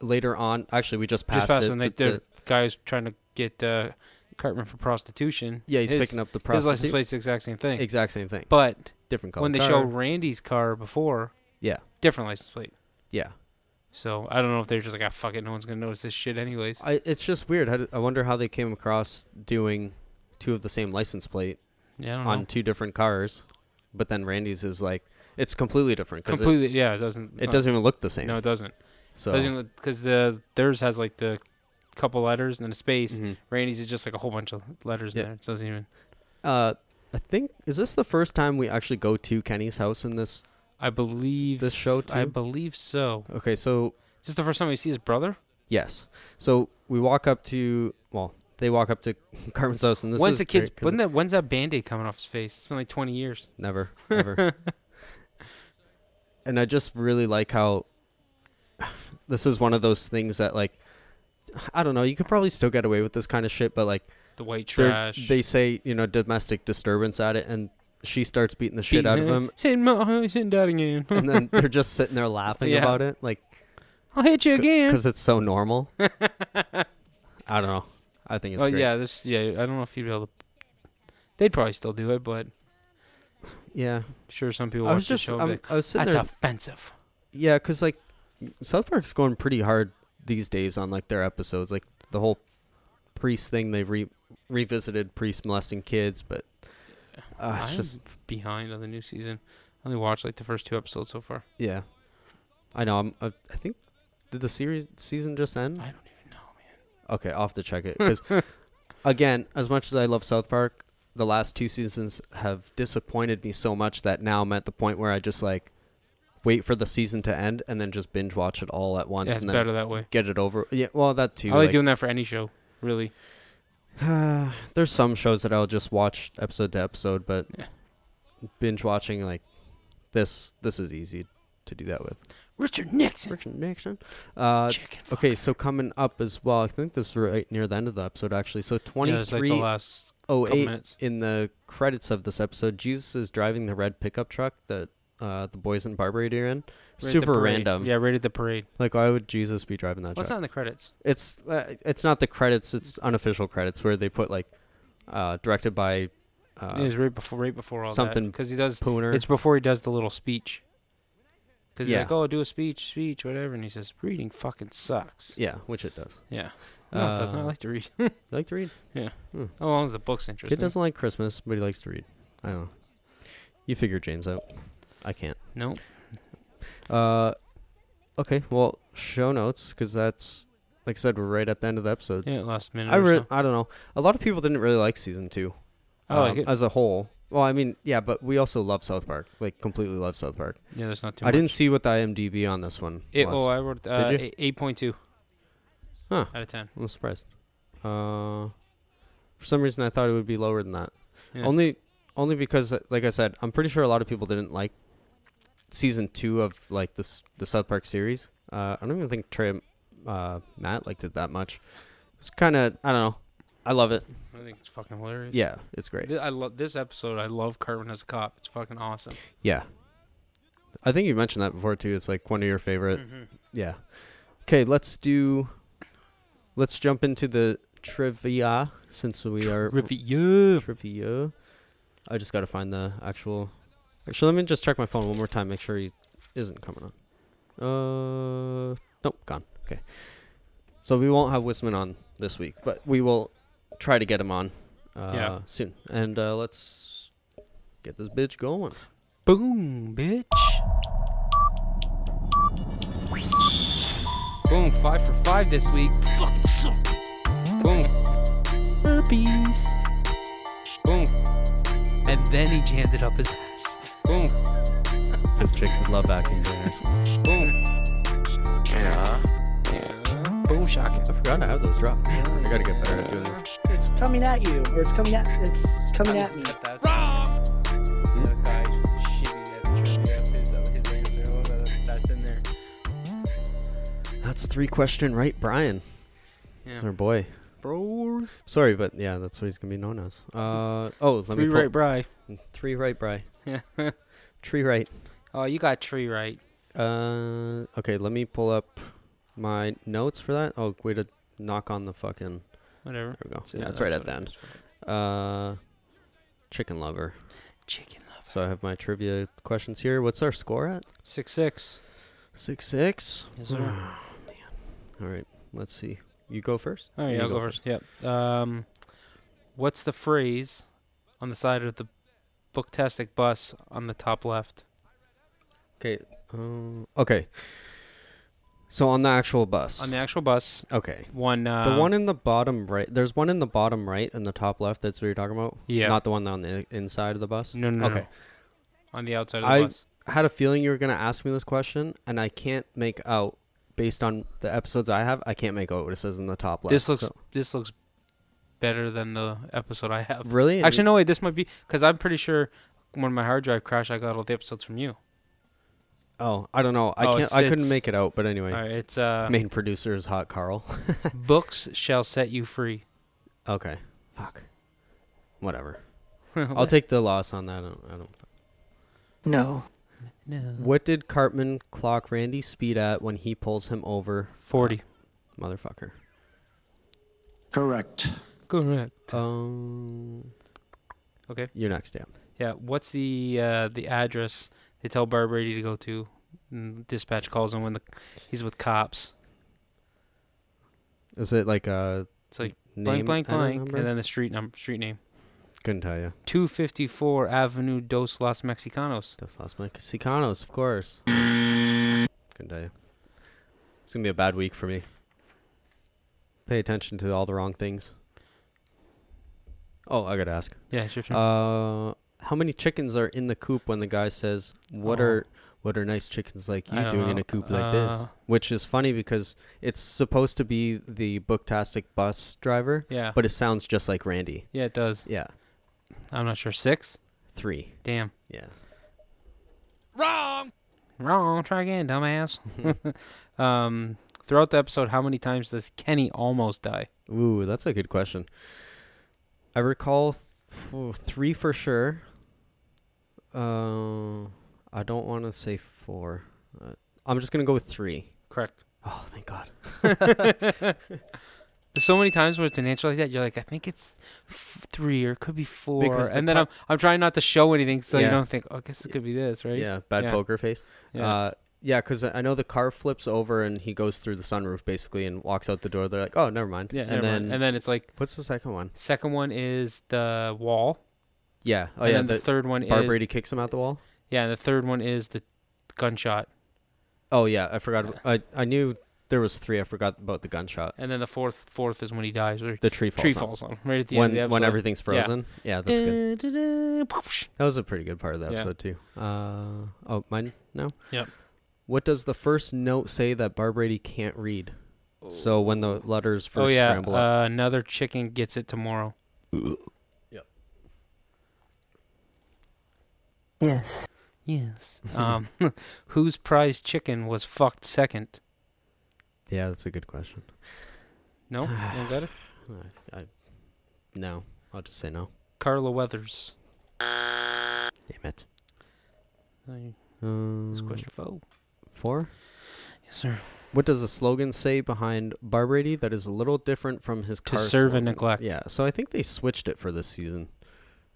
Speaker 1: later on actually we just
Speaker 2: just
Speaker 1: passed,
Speaker 2: past
Speaker 1: it
Speaker 2: when they,
Speaker 1: but the-
Speaker 2: the guy's trying to get uh, Cartman for prostitution.
Speaker 1: yeah he's
Speaker 2: His-
Speaker 1: picking up the
Speaker 2: His license
Speaker 1: prostitute.
Speaker 2: plate's the exact same thing.
Speaker 1: exact same thing
Speaker 2: But
Speaker 1: different color
Speaker 2: when they
Speaker 1: car.
Speaker 2: show Randy's car before,
Speaker 1: Yeah,
Speaker 2: different license plate.
Speaker 1: yeah.
Speaker 2: So I don't know if they're just like, ah, fuck it, no one's gonna notice this shit anyways.
Speaker 1: I, it's just weird. How did, I wonder how they came across doing two of the same license plate
Speaker 2: yeah, I don't
Speaker 1: on
Speaker 2: know.
Speaker 1: two different cars, but then Randy's is like it's completely different because it,
Speaker 2: completely. yeah, it doesn't. it's
Speaker 1: it
Speaker 2: not-
Speaker 1: doesn't even look the same.
Speaker 2: No, it doesn't.
Speaker 1: so
Speaker 2: Doesn't because the theirs has like the couple letters and then a space.
Speaker 1: Mm-hmm.
Speaker 2: Randy's is just like a whole bunch of letters
Speaker 1: Yeah.
Speaker 2: in there. It doesn't even.
Speaker 1: uh, I think is this the first time we actually go to Kenny's house in this?
Speaker 2: I believe
Speaker 1: This show
Speaker 2: I
Speaker 1: too? Oh.
Speaker 2: believe so.
Speaker 1: Okay, so
Speaker 2: Is this the first time we see his brother?
Speaker 1: yes, so we walk up to well, they walk up to Carmen's house, and this
Speaker 2: when's
Speaker 1: is
Speaker 2: the kid's?
Speaker 1: great 'cause
Speaker 2: When's that? When's that band-aid coming off his face? It's been like twenty years.
Speaker 1: Never, ever. and I just really like how this is one of those things that, like, I don't know. You could probably still get away with this kind of shit, but like,
Speaker 2: The white
Speaker 1: they're-
Speaker 2: trash.
Speaker 1: they say you know domestic disturbance at it, and she starts beating the shit out of him,
Speaker 2: Sitting, mo- sitting down again.
Speaker 1: and then they're just sitting there laughing
Speaker 2: Yeah.
Speaker 1: about it, like
Speaker 2: I'll hit you again.
Speaker 1: because it's so normal. I don't know. I think it's
Speaker 2: Oh
Speaker 1: great.
Speaker 2: yeah, this yeah. I don't know if you'd be able to. They'd probably still do it, but
Speaker 1: yeah.
Speaker 2: sure, some people
Speaker 1: I
Speaker 2: watch
Speaker 1: was
Speaker 2: the
Speaker 1: just
Speaker 2: show. and be
Speaker 1: I'm,
Speaker 2: like,
Speaker 1: I was sitting
Speaker 2: That's
Speaker 1: there,
Speaker 2: offensive.
Speaker 1: yeah, because like South Park's going pretty hard these days on like their episodes, like the whole priest thing they re- revisited priest molesting kids, but uh, it's
Speaker 2: I'm
Speaker 1: just
Speaker 2: behind on the new season. I only watched like the first two episodes so far.
Speaker 1: yeah. I know. I'm. I, I think did the series season just end?
Speaker 2: I don't even know, man.
Speaker 1: Okay, I'll have to check it because again, as much as I love South Park, the last two seasons have disappointed me so much that now I'm at the point where I just like wait for the season to end and then just binge watch it all at once
Speaker 2: Yeah, it's
Speaker 1: and then
Speaker 2: better that way.
Speaker 1: get it over. Yeah, well, that too.
Speaker 2: I like,
Speaker 1: like,
Speaker 2: doing that for any show, really.
Speaker 1: there's some shows that I'll just watch episode to episode, but
Speaker 2: Yeah.
Speaker 1: binge watching like this this is easy to do that with.
Speaker 2: Richard Nixon.
Speaker 1: Friction Nixon. Uh,
Speaker 2: Chicken.
Speaker 1: okay, so coming up as well, I think this is right near the end of the episode actually. So
Speaker 2: Yeah,
Speaker 1: twenty
Speaker 2: that's like the
Speaker 1: three
Speaker 2: last
Speaker 1: oh
Speaker 2: couple
Speaker 1: eight
Speaker 2: minutes.
Speaker 1: in the credits of this episode, Jesus is driving the red pickup truck that uh, the boys in Barbary are in.
Speaker 2: right at the
Speaker 1: Super
Speaker 2: parade.
Speaker 1: random.
Speaker 2: Yeah, right at the parade.
Speaker 1: Like why would Jesus be driving that
Speaker 2: What's
Speaker 1: truck?
Speaker 2: not in the credits?
Speaker 1: it's uh, it's not the credits. It's unofficial credits where they put like uh, directed by
Speaker 2: it
Speaker 1: uh,
Speaker 2: was right before, right before all
Speaker 1: something
Speaker 2: because he does.
Speaker 1: Pooner.
Speaker 2: It's before he does the little speech. Because
Speaker 1: Yeah.
Speaker 2: he's like, "Oh, do a speech, speech, whatever," and he says, "Reading fucking sucks."
Speaker 1: yeah, which it does.
Speaker 2: Yeah. No, it doesn't. I
Speaker 1: Uh,
Speaker 2: like to read.
Speaker 1: You like to read?
Speaker 2: oh, well, the book's
Speaker 1: Kid
Speaker 2: interesting.
Speaker 1: doesn't like Christmas, but he likes to read. I don't know. You figure James out. I can't.
Speaker 2: No.
Speaker 1: Uh, okay. Well, show notes because that's like I said, we're right at the end of the episode.
Speaker 2: Yeah, last minute.
Speaker 1: I
Speaker 2: or
Speaker 1: re-
Speaker 2: so. Oh,
Speaker 1: I don't know. A lot of people didn't really like season two.
Speaker 2: I like
Speaker 1: um,
Speaker 2: it.
Speaker 1: as a whole. Well, I mean, yeah, but we also love South Park. Like completely love South Park.
Speaker 2: Yeah, there's not too
Speaker 1: I
Speaker 2: much.
Speaker 1: didn't see what the IMDb on this one.
Speaker 2: It,
Speaker 1: was.
Speaker 2: oh, I wrote uh,
Speaker 1: Did you?
Speaker 2: eight- 8.2
Speaker 1: Huh.
Speaker 2: out of 10.
Speaker 1: I'm surprised. Uh, for some reason, I thought it would be lower than that.
Speaker 2: Yeah.
Speaker 1: Only, only because, uh, like I said, I'm pretty sure a lot of people didn't like season two of like this the South Park series. Uh, I don't even think Trey, uh, Matt liked it that much. It's kind of I don't know. I love it.
Speaker 2: I think it's fucking hilarious.
Speaker 1: Yeah, it's great.
Speaker 2: Th- I love this episode. I love Cartman as a cop. It's fucking awesome.
Speaker 1: Yeah, I think you mentioned that before too. It's like one of your favorite. Yeah. Okay, let's do. Let's jump into the trivia since we are
Speaker 2: Review.
Speaker 1: trivia. I just gotta find the actual. Actually, let me just check my phone one more time. Make sure he isn't coming on. Uh, nope, gone. Okay. So we won't have Wisman on this week, but we will try to get him on uh,
Speaker 2: Yeah.
Speaker 1: soon. And uh, let's get this bitch going.
Speaker 2: Boom, bitch. Boom, five for five this week. Fucking suck. Boom. Burpees. Boom. And then he jammed it up his ass. Boom,
Speaker 1: Because chicks would love vacuum cleaners.
Speaker 2: boom. Yeah. Boom, shocking.
Speaker 1: I forgot I have those dropped. Man, I gotta get better at doing this.
Speaker 5: It's coming at you, or it's coming at it's coming at me.
Speaker 1: That's three question right, Brian. It's our boy.
Speaker 2: Bro,
Speaker 1: Sorry, but yeah, that's what he's gonna be known as. Uh oh, let me
Speaker 2: tree
Speaker 1: pull-
Speaker 2: right, Bry.
Speaker 1: Three right, Bry.
Speaker 2: Yeah.
Speaker 1: Tree right.
Speaker 2: oh, you got tree right.
Speaker 1: Uh, okay, let me pull up my notes for that. Oh, way to knock on the fucking.
Speaker 2: Whatever.
Speaker 1: There we go. yeah, it's right at
Speaker 2: what
Speaker 1: the
Speaker 2: it
Speaker 1: end.
Speaker 2: is.
Speaker 1: Uh, chicken lover.
Speaker 2: Chicken love.
Speaker 1: So I have my trivia questions here. What's our score at?
Speaker 2: Six six.
Speaker 1: Six six.
Speaker 2: Yes, sir.
Speaker 1: All right, let's see. You go first.
Speaker 2: All right,
Speaker 1: You
Speaker 2: I'll go first. Yep. Um, what's the phrase on the side of the booktastic bus on the top left?
Speaker 1: Okay. Um, okay. So on the actual bus.
Speaker 2: On the actual bus,
Speaker 1: okay.
Speaker 2: one. Uh,
Speaker 1: The one in the bottom right. There's one in the bottom right and the top left. That's what you're talking about.
Speaker 2: Yeah. Mm.
Speaker 1: Not the one on the inside of the bus.
Speaker 2: no, no, no,
Speaker 1: Okay.
Speaker 2: no. On the outside of the
Speaker 1: I-
Speaker 2: bus.
Speaker 1: had a feeling you were going to ask me this question, and I can't make out based on the episodes I have. I can't make out what it says in the top left.
Speaker 2: This looks
Speaker 1: so-
Speaker 2: this looks better than the episode I have.
Speaker 1: really
Speaker 2: Actually, no, wait. This might be because I'm pretty sure when my hard drive crashed, I got all the episodes from you.
Speaker 1: Oh, I don't know. I
Speaker 2: Oh,
Speaker 1: can't.
Speaker 2: it's-
Speaker 1: I couldn't
Speaker 2: it's-
Speaker 1: make it out. But anyway,
Speaker 2: All right, it's uh,
Speaker 1: main producer is Hot Carl.
Speaker 2: books shall set you free.
Speaker 1: okay. Fuck. Whatever. I'll take the loss on that. I don't. I don't.
Speaker 5: No.
Speaker 2: No.
Speaker 1: What did Cartman clock Randy's speed at when he pulls him over?
Speaker 2: 40.
Speaker 1: Motherfucker.
Speaker 9: Correct.
Speaker 2: Correct.
Speaker 1: Um.
Speaker 2: Okay.
Speaker 1: You're next, Dan.
Speaker 2: Yeah. What's the uh, the address they tell Bar Brady to go to? And dispatch calls him when the he's with cops.
Speaker 1: Is it like a
Speaker 2: It's like
Speaker 1: name?
Speaker 2: blank,
Speaker 1: I don't
Speaker 2: blank, blank,
Speaker 1: remember?
Speaker 2: and then the street number, street name.
Speaker 1: Couldn't tell you.
Speaker 2: 254 Avenue dos Los Mexicanos.
Speaker 1: That's Los Mexicanos, of course. Couldn't tell you. It's gonna be a bad week for me. Pay attention to all the wrong things. Oh, I gotta ask.
Speaker 2: Yeah, it's your turn.
Speaker 1: Uh, how many chickens are in the coop when the guy says, "What
Speaker 2: Oh.
Speaker 1: are what are nice chickens like
Speaker 2: I
Speaker 1: you
Speaker 2: don't
Speaker 1: doing in
Speaker 2: know.
Speaker 1: a coop like this?"
Speaker 2: Uh.
Speaker 1: Which is funny because it's supposed to be the booktastic bus driver,
Speaker 2: yeah.
Speaker 1: but it sounds just like Randy.
Speaker 2: yeah, it does.
Speaker 1: Yeah,
Speaker 2: I'm not sure. Six?
Speaker 1: three.
Speaker 2: Damn.
Speaker 1: Yeah,
Speaker 7: Wrong.
Speaker 2: Wrong. Try again, dumbass. um, throughout the episode, how many times does Kenny almost die?
Speaker 1: Ooh, that's a good question. I recall th- oh, three for sure. Uh, I don't want to say four. Uh, I'm just gonna go with three.
Speaker 2: Correct.
Speaker 1: Oh, thank God.
Speaker 2: There's so many times where it's an answer like that. You're like, I think it's f- three or it could be four.
Speaker 1: Because the
Speaker 2: and then
Speaker 1: pu-
Speaker 2: I'm, I'm trying not to show anything so you
Speaker 1: Yeah.
Speaker 2: don't think, oh, I guess it could be this, right?
Speaker 1: Yeah, bad
Speaker 2: Yeah.
Speaker 1: poker face.
Speaker 2: Yeah.
Speaker 1: Uh, yeah, because I know the car flips over and he goes through the sunroof basically and walks out the door. They're like, oh, never mind.
Speaker 2: yeah
Speaker 1: and
Speaker 2: never mind.
Speaker 1: then
Speaker 2: and then it's like,
Speaker 1: what's the second one?
Speaker 2: second one is the wall.
Speaker 1: Yeah. Oh
Speaker 2: and
Speaker 1: yeah.
Speaker 2: then the,
Speaker 1: The,
Speaker 2: third one
Speaker 1: Bar
Speaker 2: is
Speaker 1: Brady kicks him out the wall.
Speaker 2: Yeah, and the third one is the gunshot,
Speaker 1: Oh yeah, I forgot. I I knew there was three. I forgot about the gunshot.
Speaker 2: and then the fourth fourth is when he dies. Or
Speaker 1: The tree falls.
Speaker 2: tree
Speaker 1: on.
Speaker 2: falls on him right at the
Speaker 1: when
Speaker 2: end of the episode.
Speaker 1: when everything's frozen. Yeah, that's
Speaker 2: Eh.
Speaker 1: good.
Speaker 2: good.
Speaker 1: That was a pretty good part of the
Speaker 2: Yeah.
Speaker 1: episode too. Uh oh, mine now.
Speaker 2: Yep.
Speaker 1: What does the first note say that Bar Brady can't read? So when the letters
Speaker 2: Oh
Speaker 1: first
Speaker 2: yeah,
Speaker 1: scramble up.
Speaker 2: uh, another chicken gets it tomorrow.
Speaker 5: Yes.
Speaker 2: Yes. Um, whose prize chicken was fucked second?
Speaker 1: Yeah, that's a good question.
Speaker 2: No, you don't got it.
Speaker 1: I, I no, I'll just say no.
Speaker 2: Carla Weathers.
Speaker 1: Damn it.
Speaker 2: This
Speaker 1: Um,
Speaker 2: question foe.
Speaker 1: four.
Speaker 2: Yes, sir.
Speaker 1: What does the slogan say behind Bar Brady that is a little different from his
Speaker 2: To
Speaker 1: car
Speaker 2: serve
Speaker 1: slogan?
Speaker 2: and neglect.
Speaker 1: Yeah, so I think they switched it for this season.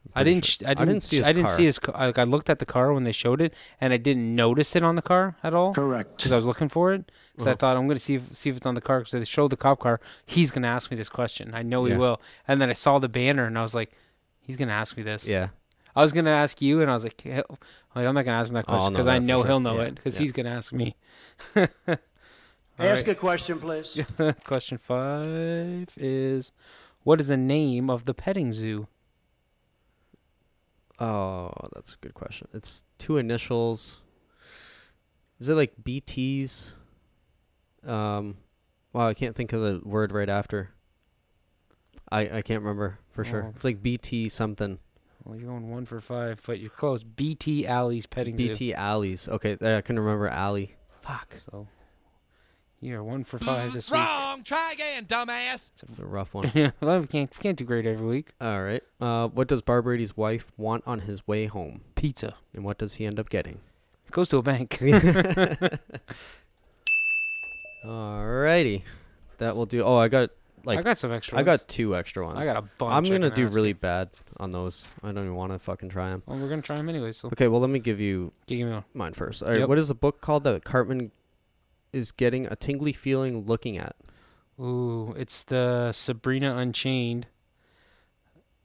Speaker 1: I'm
Speaker 2: I
Speaker 1: pretty
Speaker 2: didn't,
Speaker 1: sure.
Speaker 2: sh- I didn't. I didn't see. His I didn't
Speaker 1: car.
Speaker 2: see his. ca- Like I looked at the car when they showed it, and I didn't notice it on the car at all.
Speaker 9: Correct.
Speaker 2: because I was looking for it. So
Speaker 1: Uh-huh.
Speaker 2: I thought I'm gonna see if, see if it's on the car because they showed the cop car. He's gonna ask me this question. I know
Speaker 1: Yeah.
Speaker 2: he will. And then I saw the banner and I was like, he's gonna ask me this.
Speaker 1: Yeah.
Speaker 2: I was gonna ask you and I was like, "Hell," I'm like, I'm not gonna ask him that
Speaker 1: I'll
Speaker 2: question
Speaker 1: know
Speaker 2: because
Speaker 1: that
Speaker 2: I
Speaker 1: Oh, for
Speaker 2: know
Speaker 1: sure.
Speaker 2: he'll know
Speaker 1: Yeah,
Speaker 2: it because
Speaker 1: yeah.
Speaker 2: he's gonna ask me.
Speaker 9: Ask a question, please.
Speaker 2: question five is, what is the name of the petting zoo?
Speaker 1: Oh, that's a good question. It's two initials. Is it like BTs? Um, wow, I can't think of the word right after. I I can't remember for sure.
Speaker 2: Oh.
Speaker 1: It's like BT something.
Speaker 2: Well, you're going one for five, but you're close. BT Alley's petting zoo.
Speaker 1: BT alleys. Okay, there, I can remember alley.
Speaker 2: Fuck. So you're one for five this week.
Speaker 7: Wrong. Try again, dumbass.
Speaker 1: It's a rough one.
Speaker 2: Yeah, well, we can't we can't do great every week.
Speaker 1: All right. Uh, what does Barbarady's wife want on his way home,
Speaker 2: Pizza.
Speaker 1: and what does he end up getting?
Speaker 2: Goes to a bank.
Speaker 1: All righty, that will do. Oh, I got like
Speaker 2: I got some extra.
Speaker 1: I
Speaker 2: ones.
Speaker 1: got two extra ones.
Speaker 2: I got a bunch.
Speaker 1: I'm
Speaker 2: I
Speaker 1: gonna
Speaker 2: can
Speaker 1: do
Speaker 2: ask.
Speaker 1: really bad on those. I don't even want to fucking try them.
Speaker 2: Well, we're gonna try them anyway. So
Speaker 1: Okay, well let me give you
Speaker 2: give me one.
Speaker 1: mine first. All right,
Speaker 2: Yep.
Speaker 1: what is a book called that Cartman is getting a tingly feeling looking at?
Speaker 2: Ooh, it's the Sabrina Unchained.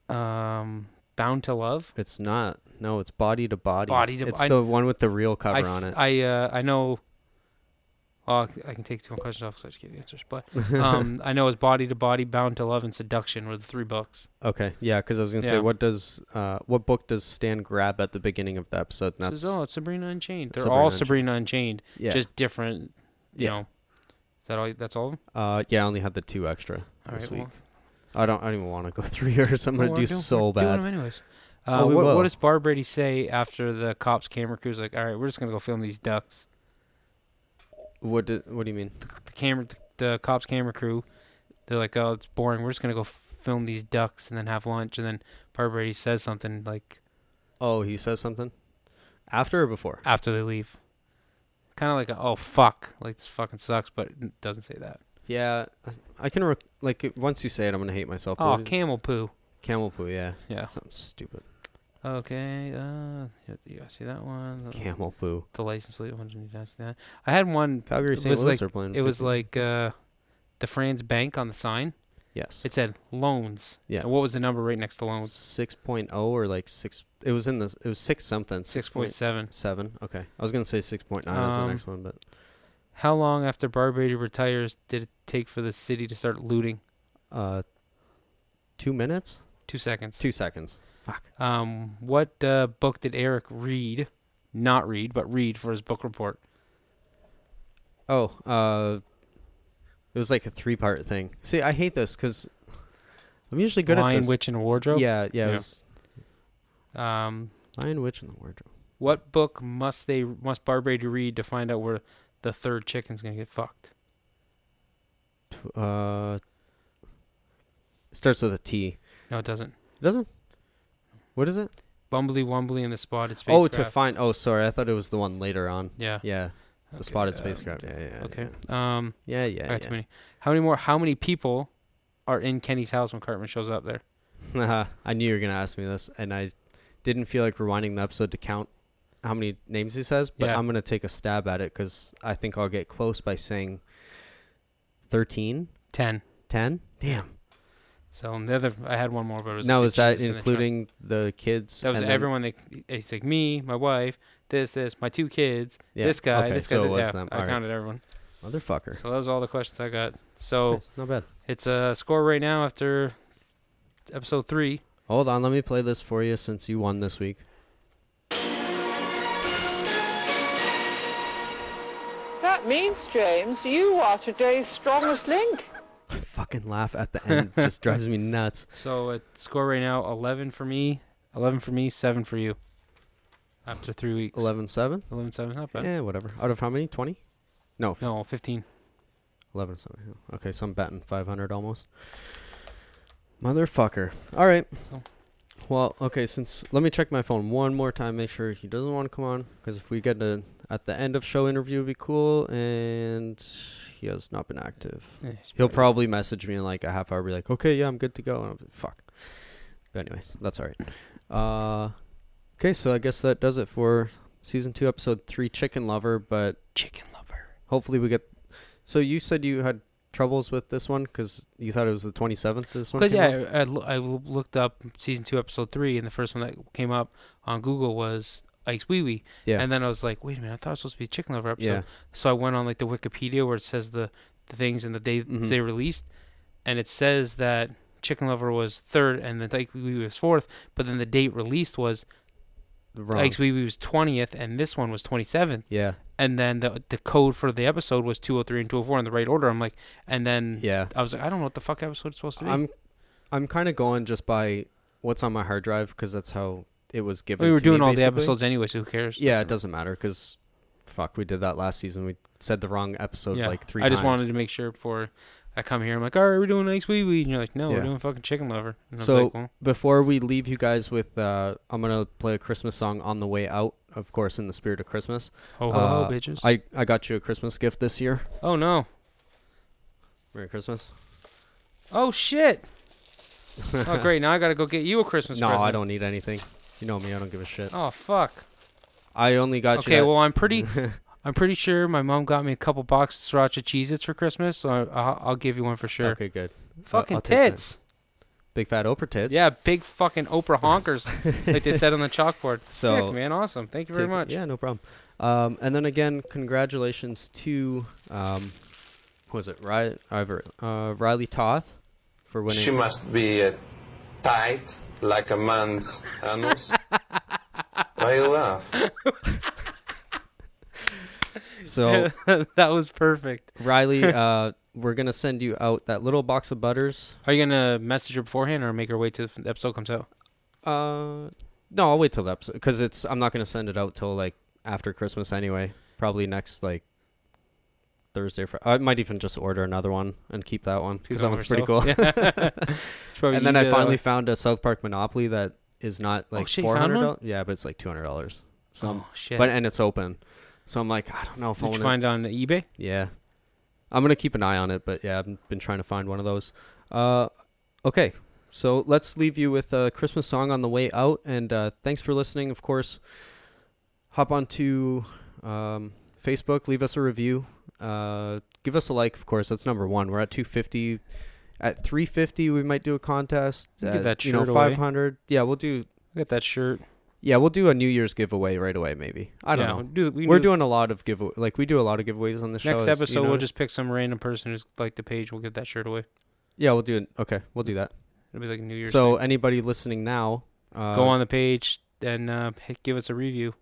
Speaker 2: Um, Bound to Love.
Speaker 1: It's not. No, it's body to body.
Speaker 2: Body to-
Speaker 1: It's
Speaker 2: I-
Speaker 1: the one with the real cover
Speaker 2: I
Speaker 1: on
Speaker 2: s-
Speaker 1: it.
Speaker 2: I uh, I know. Oh, I c- I can take two more questions off because I just gave the answers. But um, I know it's Body to Body, Bound to Love, and Seduction were the three books.
Speaker 1: okay, yeah, because I was gonna say
Speaker 2: Yeah.
Speaker 1: what does uh what book does Stan grab at the beginning of the episode? And
Speaker 2: So,
Speaker 1: that's
Speaker 2: oh, it's Sabrina Unchained. They're
Speaker 1: Sabrina
Speaker 2: all
Speaker 1: Unchained.
Speaker 2: Sabrina Unchained,
Speaker 1: yeah,
Speaker 2: just different. You
Speaker 1: Yeah.
Speaker 2: know, is that all? That's all. of 'em?
Speaker 1: uh yeah. I only had the two extra
Speaker 2: All
Speaker 1: this
Speaker 2: right, well,
Speaker 1: week. I don't. I don't even want to go through yours. I'm
Speaker 2: Well,
Speaker 1: gonna
Speaker 2: we're
Speaker 1: do
Speaker 2: doing-
Speaker 1: so
Speaker 2: we're
Speaker 1: bad.
Speaker 2: Doing them anyways. Uh,
Speaker 1: Oh, we
Speaker 2: what, what
Speaker 1: will.
Speaker 2: does Bar Brady say after the cops' camera crew's like, "All right, we're just gonna go film these ducks"?
Speaker 1: What do, What do you mean?
Speaker 2: The camera, the, cops' camera crew, they're like, "Oh, it's boring. We're just gonna go f- film these ducks and then have lunch and then Barbara Brady says something like
Speaker 1: Oh, he says something after or before?
Speaker 2: after they leave. Kind of like a, oh fuck, like this fucking sucks, but it doesn't say that.
Speaker 1: Yeah, I can rec like it- once you say it, I'm gonna hate myself.
Speaker 2: Oh,
Speaker 1: What is it?
Speaker 2: camel poo.
Speaker 1: camel poo. Yeah,
Speaker 2: Yeah.
Speaker 1: something stupid.
Speaker 2: Okay. Uh, you guys see that one? The,
Speaker 1: Camel poo.
Speaker 2: the license plate one. Did you see that? I had one.
Speaker 1: Calgary
Speaker 2: It
Speaker 1: St.
Speaker 2: was
Speaker 1: Louis
Speaker 2: like-
Speaker 1: are playing.
Speaker 2: It was
Speaker 1: 50.
Speaker 2: like uh, the Franz Bank on the sign.
Speaker 1: yes,
Speaker 2: It said loans.
Speaker 1: Yeah.
Speaker 2: And what was the number right next to loans?
Speaker 1: six oh or like six. It was in this. It was six something.
Speaker 2: Six point seven.
Speaker 1: seven. Okay, I was gonna say six point nine is the
Speaker 2: Um,
Speaker 1: next one, but
Speaker 2: How long after Barbrady retires did it take for the city to start looting?
Speaker 1: uh, two minutes,
Speaker 2: Two seconds.
Speaker 1: two seconds. Fuck.
Speaker 2: Um, what uh, book did Eric read? Not read, but read for his book report.
Speaker 1: Oh, uh, it was like a three part thing. See, I hate this because I'm usually good
Speaker 2: Lion,
Speaker 1: at this.
Speaker 2: Witch, and Wardrobe.
Speaker 1: Yeah, yeah. It
Speaker 2: Yeah.
Speaker 1: was
Speaker 2: Um,
Speaker 1: Lion, witch, in the wardrobe.
Speaker 2: what book must they must Barbrady read to find out where the third chicken's gonna get fucked?
Speaker 1: Uh, it starts with a T.
Speaker 2: No, it doesn't.
Speaker 1: It doesn't. What is it?
Speaker 2: Bumbly Wumbly and the Spotted Spacecraft.
Speaker 1: Oh, to find. Oh, sorry. I thought it was the one later on.
Speaker 2: yeah.
Speaker 1: Yeah, the
Speaker 2: Okay,
Speaker 1: spotted
Speaker 2: um,
Speaker 1: spacecraft. Yeah, yeah.
Speaker 2: Okay. Um,
Speaker 1: Yeah, yeah.
Speaker 2: I
Speaker 1: yeah,
Speaker 2: got too many. How many more? How many people are in Kenny's house when Cartman shows up there?
Speaker 1: yeah. I knew you were gonna ask me this, and I didn't feel like rewinding the episode to count how many names he says. But
Speaker 2: Yeah.
Speaker 1: I'm gonna take a stab at it because I think I'll get close by saying 13,
Speaker 2: Ten.
Speaker 1: 10? Damn.
Speaker 2: So and the other, I had one more, but it was
Speaker 1: now
Speaker 2: the
Speaker 1: is that
Speaker 2: Jesus and the China-
Speaker 1: including the kids?
Speaker 2: That was
Speaker 1: and then-
Speaker 2: everyone. They, it's like me, my wife, this, this, my two kids,
Speaker 1: Yeah,
Speaker 2: this guy,
Speaker 1: okay,
Speaker 2: this guy.
Speaker 1: so it
Speaker 2: that-
Speaker 1: was
Speaker 2: yeah,
Speaker 1: them,
Speaker 2: I
Speaker 1: alright.
Speaker 2: counted everyone.
Speaker 1: Motherfucker.
Speaker 2: So those are all the questions I got. So
Speaker 1: Nice, Not bad.
Speaker 2: it's a score right now after episode three.
Speaker 1: Hold on, let me play this for you since you won this week.
Speaker 10: That means, James, you are today's strongest link.
Speaker 1: Fucking laugh at the end just drives me nuts.
Speaker 2: So it score right now eleven for me, eleven for me, seven for you. After three weeks,
Speaker 1: 11 7?
Speaker 2: 11 7, not bad.
Speaker 1: Yeah, Eh, whatever. Out of how many? 20? No, f-
Speaker 2: No, fifteen.
Speaker 1: 11 7. Okay, so I'm batting 500 almost. Motherfucker. All right.
Speaker 2: So-
Speaker 1: Well, okay, since let me check my phone one more time, make sure he doesn't want to come on. Because if we get to at the end of show interview, it'd be cool. And he has not been active.
Speaker 2: Eh, it's
Speaker 1: He'll probably message me in like a half hour, be like, okay, yeah, I'm good to go. And I'll be like, fuck. But, anyways, that's all right. Uh, okay, so I guess that does it for season two, episode three, Chicken Lover. But
Speaker 2: chicken lover.
Speaker 1: hopefully we get. So you said you had troubles with this one because you thought it was the 27th. This one?
Speaker 2: Because
Speaker 1: came out?
Speaker 2: yeah, I, I loo- I loo- looked up season two, episode three, and the first one that came up on Google was Ike's Wee Wee,
Speaker 1: Yeah.
Speaker 2: and then I was like, wait a minute, I thought it was supposed to be a Chicken Lover episode.
Speaker 1: Yeah.
Speaker 2: So I went on like the Wikipedia where it says the, the things and the day
Speaker 1: Mhm.
Speaker 2: they released, and it says that Chicken Lover was third and then Ike's Wee Wee was fourth, but then the date released was
Speaker 1: Wrong.
Speaker 2: Ike's Wee Wee was twentieth and this one was twenty seventh.
Speaker 1: yeah.
Speaker 2: and then the the code for the episode was 203 and 204 in the right order. I'm like, and then
Speaker 1: Yeah.
Speaker 2: I was like, I don't know what the fuck episode it's supposed to be.
Speaker 1: I'm, I'm kind of going just by what's on my hard drive because that's how it was given.
Speaker 2: we were
Speaker 1: to me,
Speaker 2: doing all the
Speaker 1: basically.
Speaker 2: episodes anyway, so who cares?
Speaker 1: Yeah, it
Speaker 2: So-
Speaker 1: doesn't matter because, fuck, we did that last season. We said the wrong episode
Speaker 2: yeah.
Speaker 1: like three.
Speaker 2: I just
Speaker 1: times.
Speaker 2: wanted to make sure before I come here. I'm like, all right, we're doing Ice Wee Wee, and you're like, no,
Speaker 1: Yeah.
Speaker 2: we're doing fucking Chicken Lover. And I was
Speaker 1: So
Speaker 2: like, well,
Speaker 1: before we leave you guys with, uh, I'm gonna play a Christmas song on the way out. Of course, in the spirit of Christmas.
Speaker 2: ho ho
Speaker 1: Uh,
Speaker 2: ho, bitches.
Speaker 1: I I got you a Christmas gift this year.
Speaker 2: oh no.
Speaker 1: Merry Christmas.
Speaker 2: Oh shit. oh great, now I gotta go get you a Christmas
Speaker 1: no,
Speaker 2: present.
Speaker 1: I don't need anything. You know me. I don't give a shit.
Speaker 2: Oh fuck.
Speaker 1: I only got you.
Speaker 2: Okay,
Speaker 1: that-
Speaker 2: well I'm pretty. I'm pretty sure my mom got me a couple boxes of sriracha Cheez-Its for Christmas, so I, I'll, I'll give you one for sure.
Speaker 1: Okay, good. Uh,
Speaker 2: Fucking
Speaker 1: I'll take that.
Speaker 2: tits.
Speaker 1: Big fat Oprah tits.
Speaker 2: Yeah, big fucking Oprah honkers, like they said on the chalkboard.
Speaker 1: So-
Speaker 2: Sick, man. Awesome. Thank you
Speaker 1: Take
Speaker 2: very
Speaker 1: it-
Speaker 2: much.
Speaker 1: Yeah, no problem. Um, and then again, congratulations to um, who was it Riley, uh, Riley Toth for winning.
Speaker 11: She must be uh, tight like a man's anus. Why you laugh?
Speaker 1: So
Speaker 2: that was perfect.
Speaker 1: Riley, uh, we're gonna send you out that little box of butters.
Speaker 2: Are you gonna message her beforehand or make her wait till the episode comes out?
Speaker 1: Uh, no, I'll wait till the episode because it's. I'm not gonna send it out till like after Christmas anyway. Probably next like Thursday. Fr- I might even just order another one and keep that one
Speaker 2: Keep
Speaker 1: because that
Speaker 2: it on
Speaker 1: one's
Speaker 2: for
Speaker 1: pretty cool.
Speaker 2: yourself. Yeah. It's probably
Speaker 1: and then I
Speaker 2: easier that
Speaker 1: finally
Speaker 2: way.
Speaker 1: found a South Park Monopoly that is not like
Speaker 2: Oh, shit, you
Speaker 1: four
Speaker 2: found
Speaker 1: hundred
Speaker 2: one?
Speaker 1: dollars. Yeah, but it's like two hundred dollars. So I'm-
Speaker 2: Oh, shit.
Speaker 1: But and it's open, so I'm like, I don't know if I
Speaker 2: Did
Speaker 1: want
Speaker 2: you find it on eBay?
Speaker 1: Yeah, I'm gonna keep an eye on it. But yeah, I've been trying to find one of those. Uh, okay, so let's leave you with a Christmas song on the way out, and uh, thanks for listening. Of course, hop onto um, Facebook, leave us a review, uh, give us a like. Of course, that's number one. We're at 250. At 350, we might do a contest.
Speaker 2: Get
Speaker 1: At,
Speaker 2: that
Speaker 1: you know,
Speaker 2: shirt away.
Speaker 1: 500. Yeah, we'll do.
Speaker 2: Get that shirt.
Speaker 1: Yeah, we'll do a New Year's giveaway right away. Maybe I don't
Speaker 2: Yeah,
Speaker 1: know.
Speaker 2: we'll do- we can
Speaker 1: are
Speaker 2: do-
Speaker 1: doing a lot of giveaway. Like we do a lot of giveaways on the show.
Speaker 2: Next
Speaker 1: as you
Speaker 2: episode, we'll
Speaker 1: noticed.
Speaker 2: just pick some random person who's like the page. We'll give that shirt away.
Speaker 1: Yeah, we'll do it. Okay, we'll do that.
Speaker 2: It'll be like a New Year's
Speaker 1: So
Speaker 2: thing.
Speaker 1: anybody listening now, uh,
Speaker 2: Go on the page and uh, p- give us a review.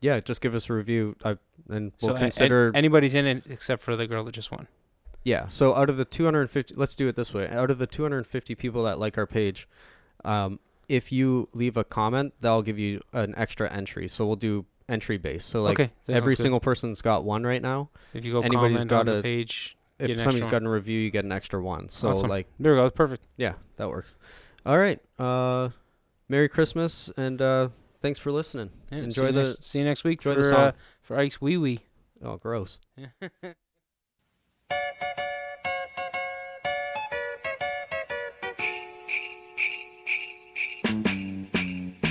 Speaker 1: Yeah, just give us a review, I, and we'll
Speaker 2: so a- an-
Speaker 1: consider.
Speaker 2: anybody's in it except for the girl that just won.
Speaker 1: yeah, so out of the 250, let's do it this way. Out of the 250 people that like our page, um, if you leave a comment, that'll give you an extra entry. So we'll do entry based. So like
Speaker 2: Okay, that
Speaker 1: every
Speaker 2: sounds good.
Speaker 1: single person's got one right now.
Speaker 2: If you go comment on the page,
Speaker 1: if
Speaker 2: get an extra
Speaker 1: somebody's
Speaker 2: one.
Speaker 1: got a review, you get an extra one. So
Speaker 2: Awesome.
Speaker 1: like
Speaker 2: there we go, perfect.
Speaker 1: Yeah, that works. All right. Uh, Merry Christmas and uh, thanks for listening.
Speaker 2: Yeah, see
Speaker 1: enjoy
Speaker 2: you
Speaker 1: the
Speaker 2: next- see you next week
Speaker 1: enjoy
Speaker 2: for,
Speaker 1: the song.
Speaker 2: uh, for Ike's Wee Wee.
Speaker 1: oh, gross.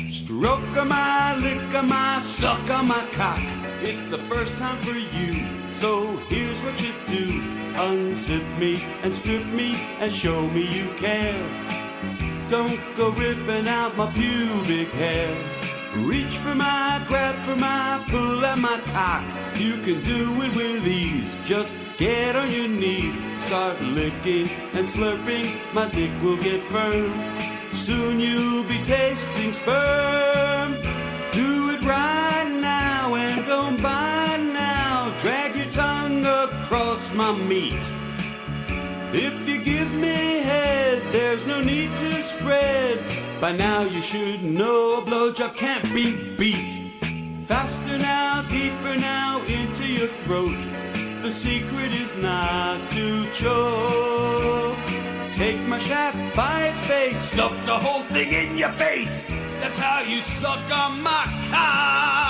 Speaker 12: Stroke of my, lick of my, suck of my cock. It's the first time for you, so here's what you do. Unzip me and strip me and show me you care. Don't go ripping out my pubic hair. Reach for my, grab for my, pull at my cock. You can do it with ease. Just get on your knees, start licking and slurping. My dick will get firm. Soon you'll be tasting sperm. Do it right now and don't bite now. Drag your tongue across my meat. If you give me head, there's no need to spread. By now you should know a blowjob can't be beat. Faster now, deeper now, into your throat. The secret is not to choke. Take my shaft by its base, stuff the whole thing in your face. That's how you suck on my cock.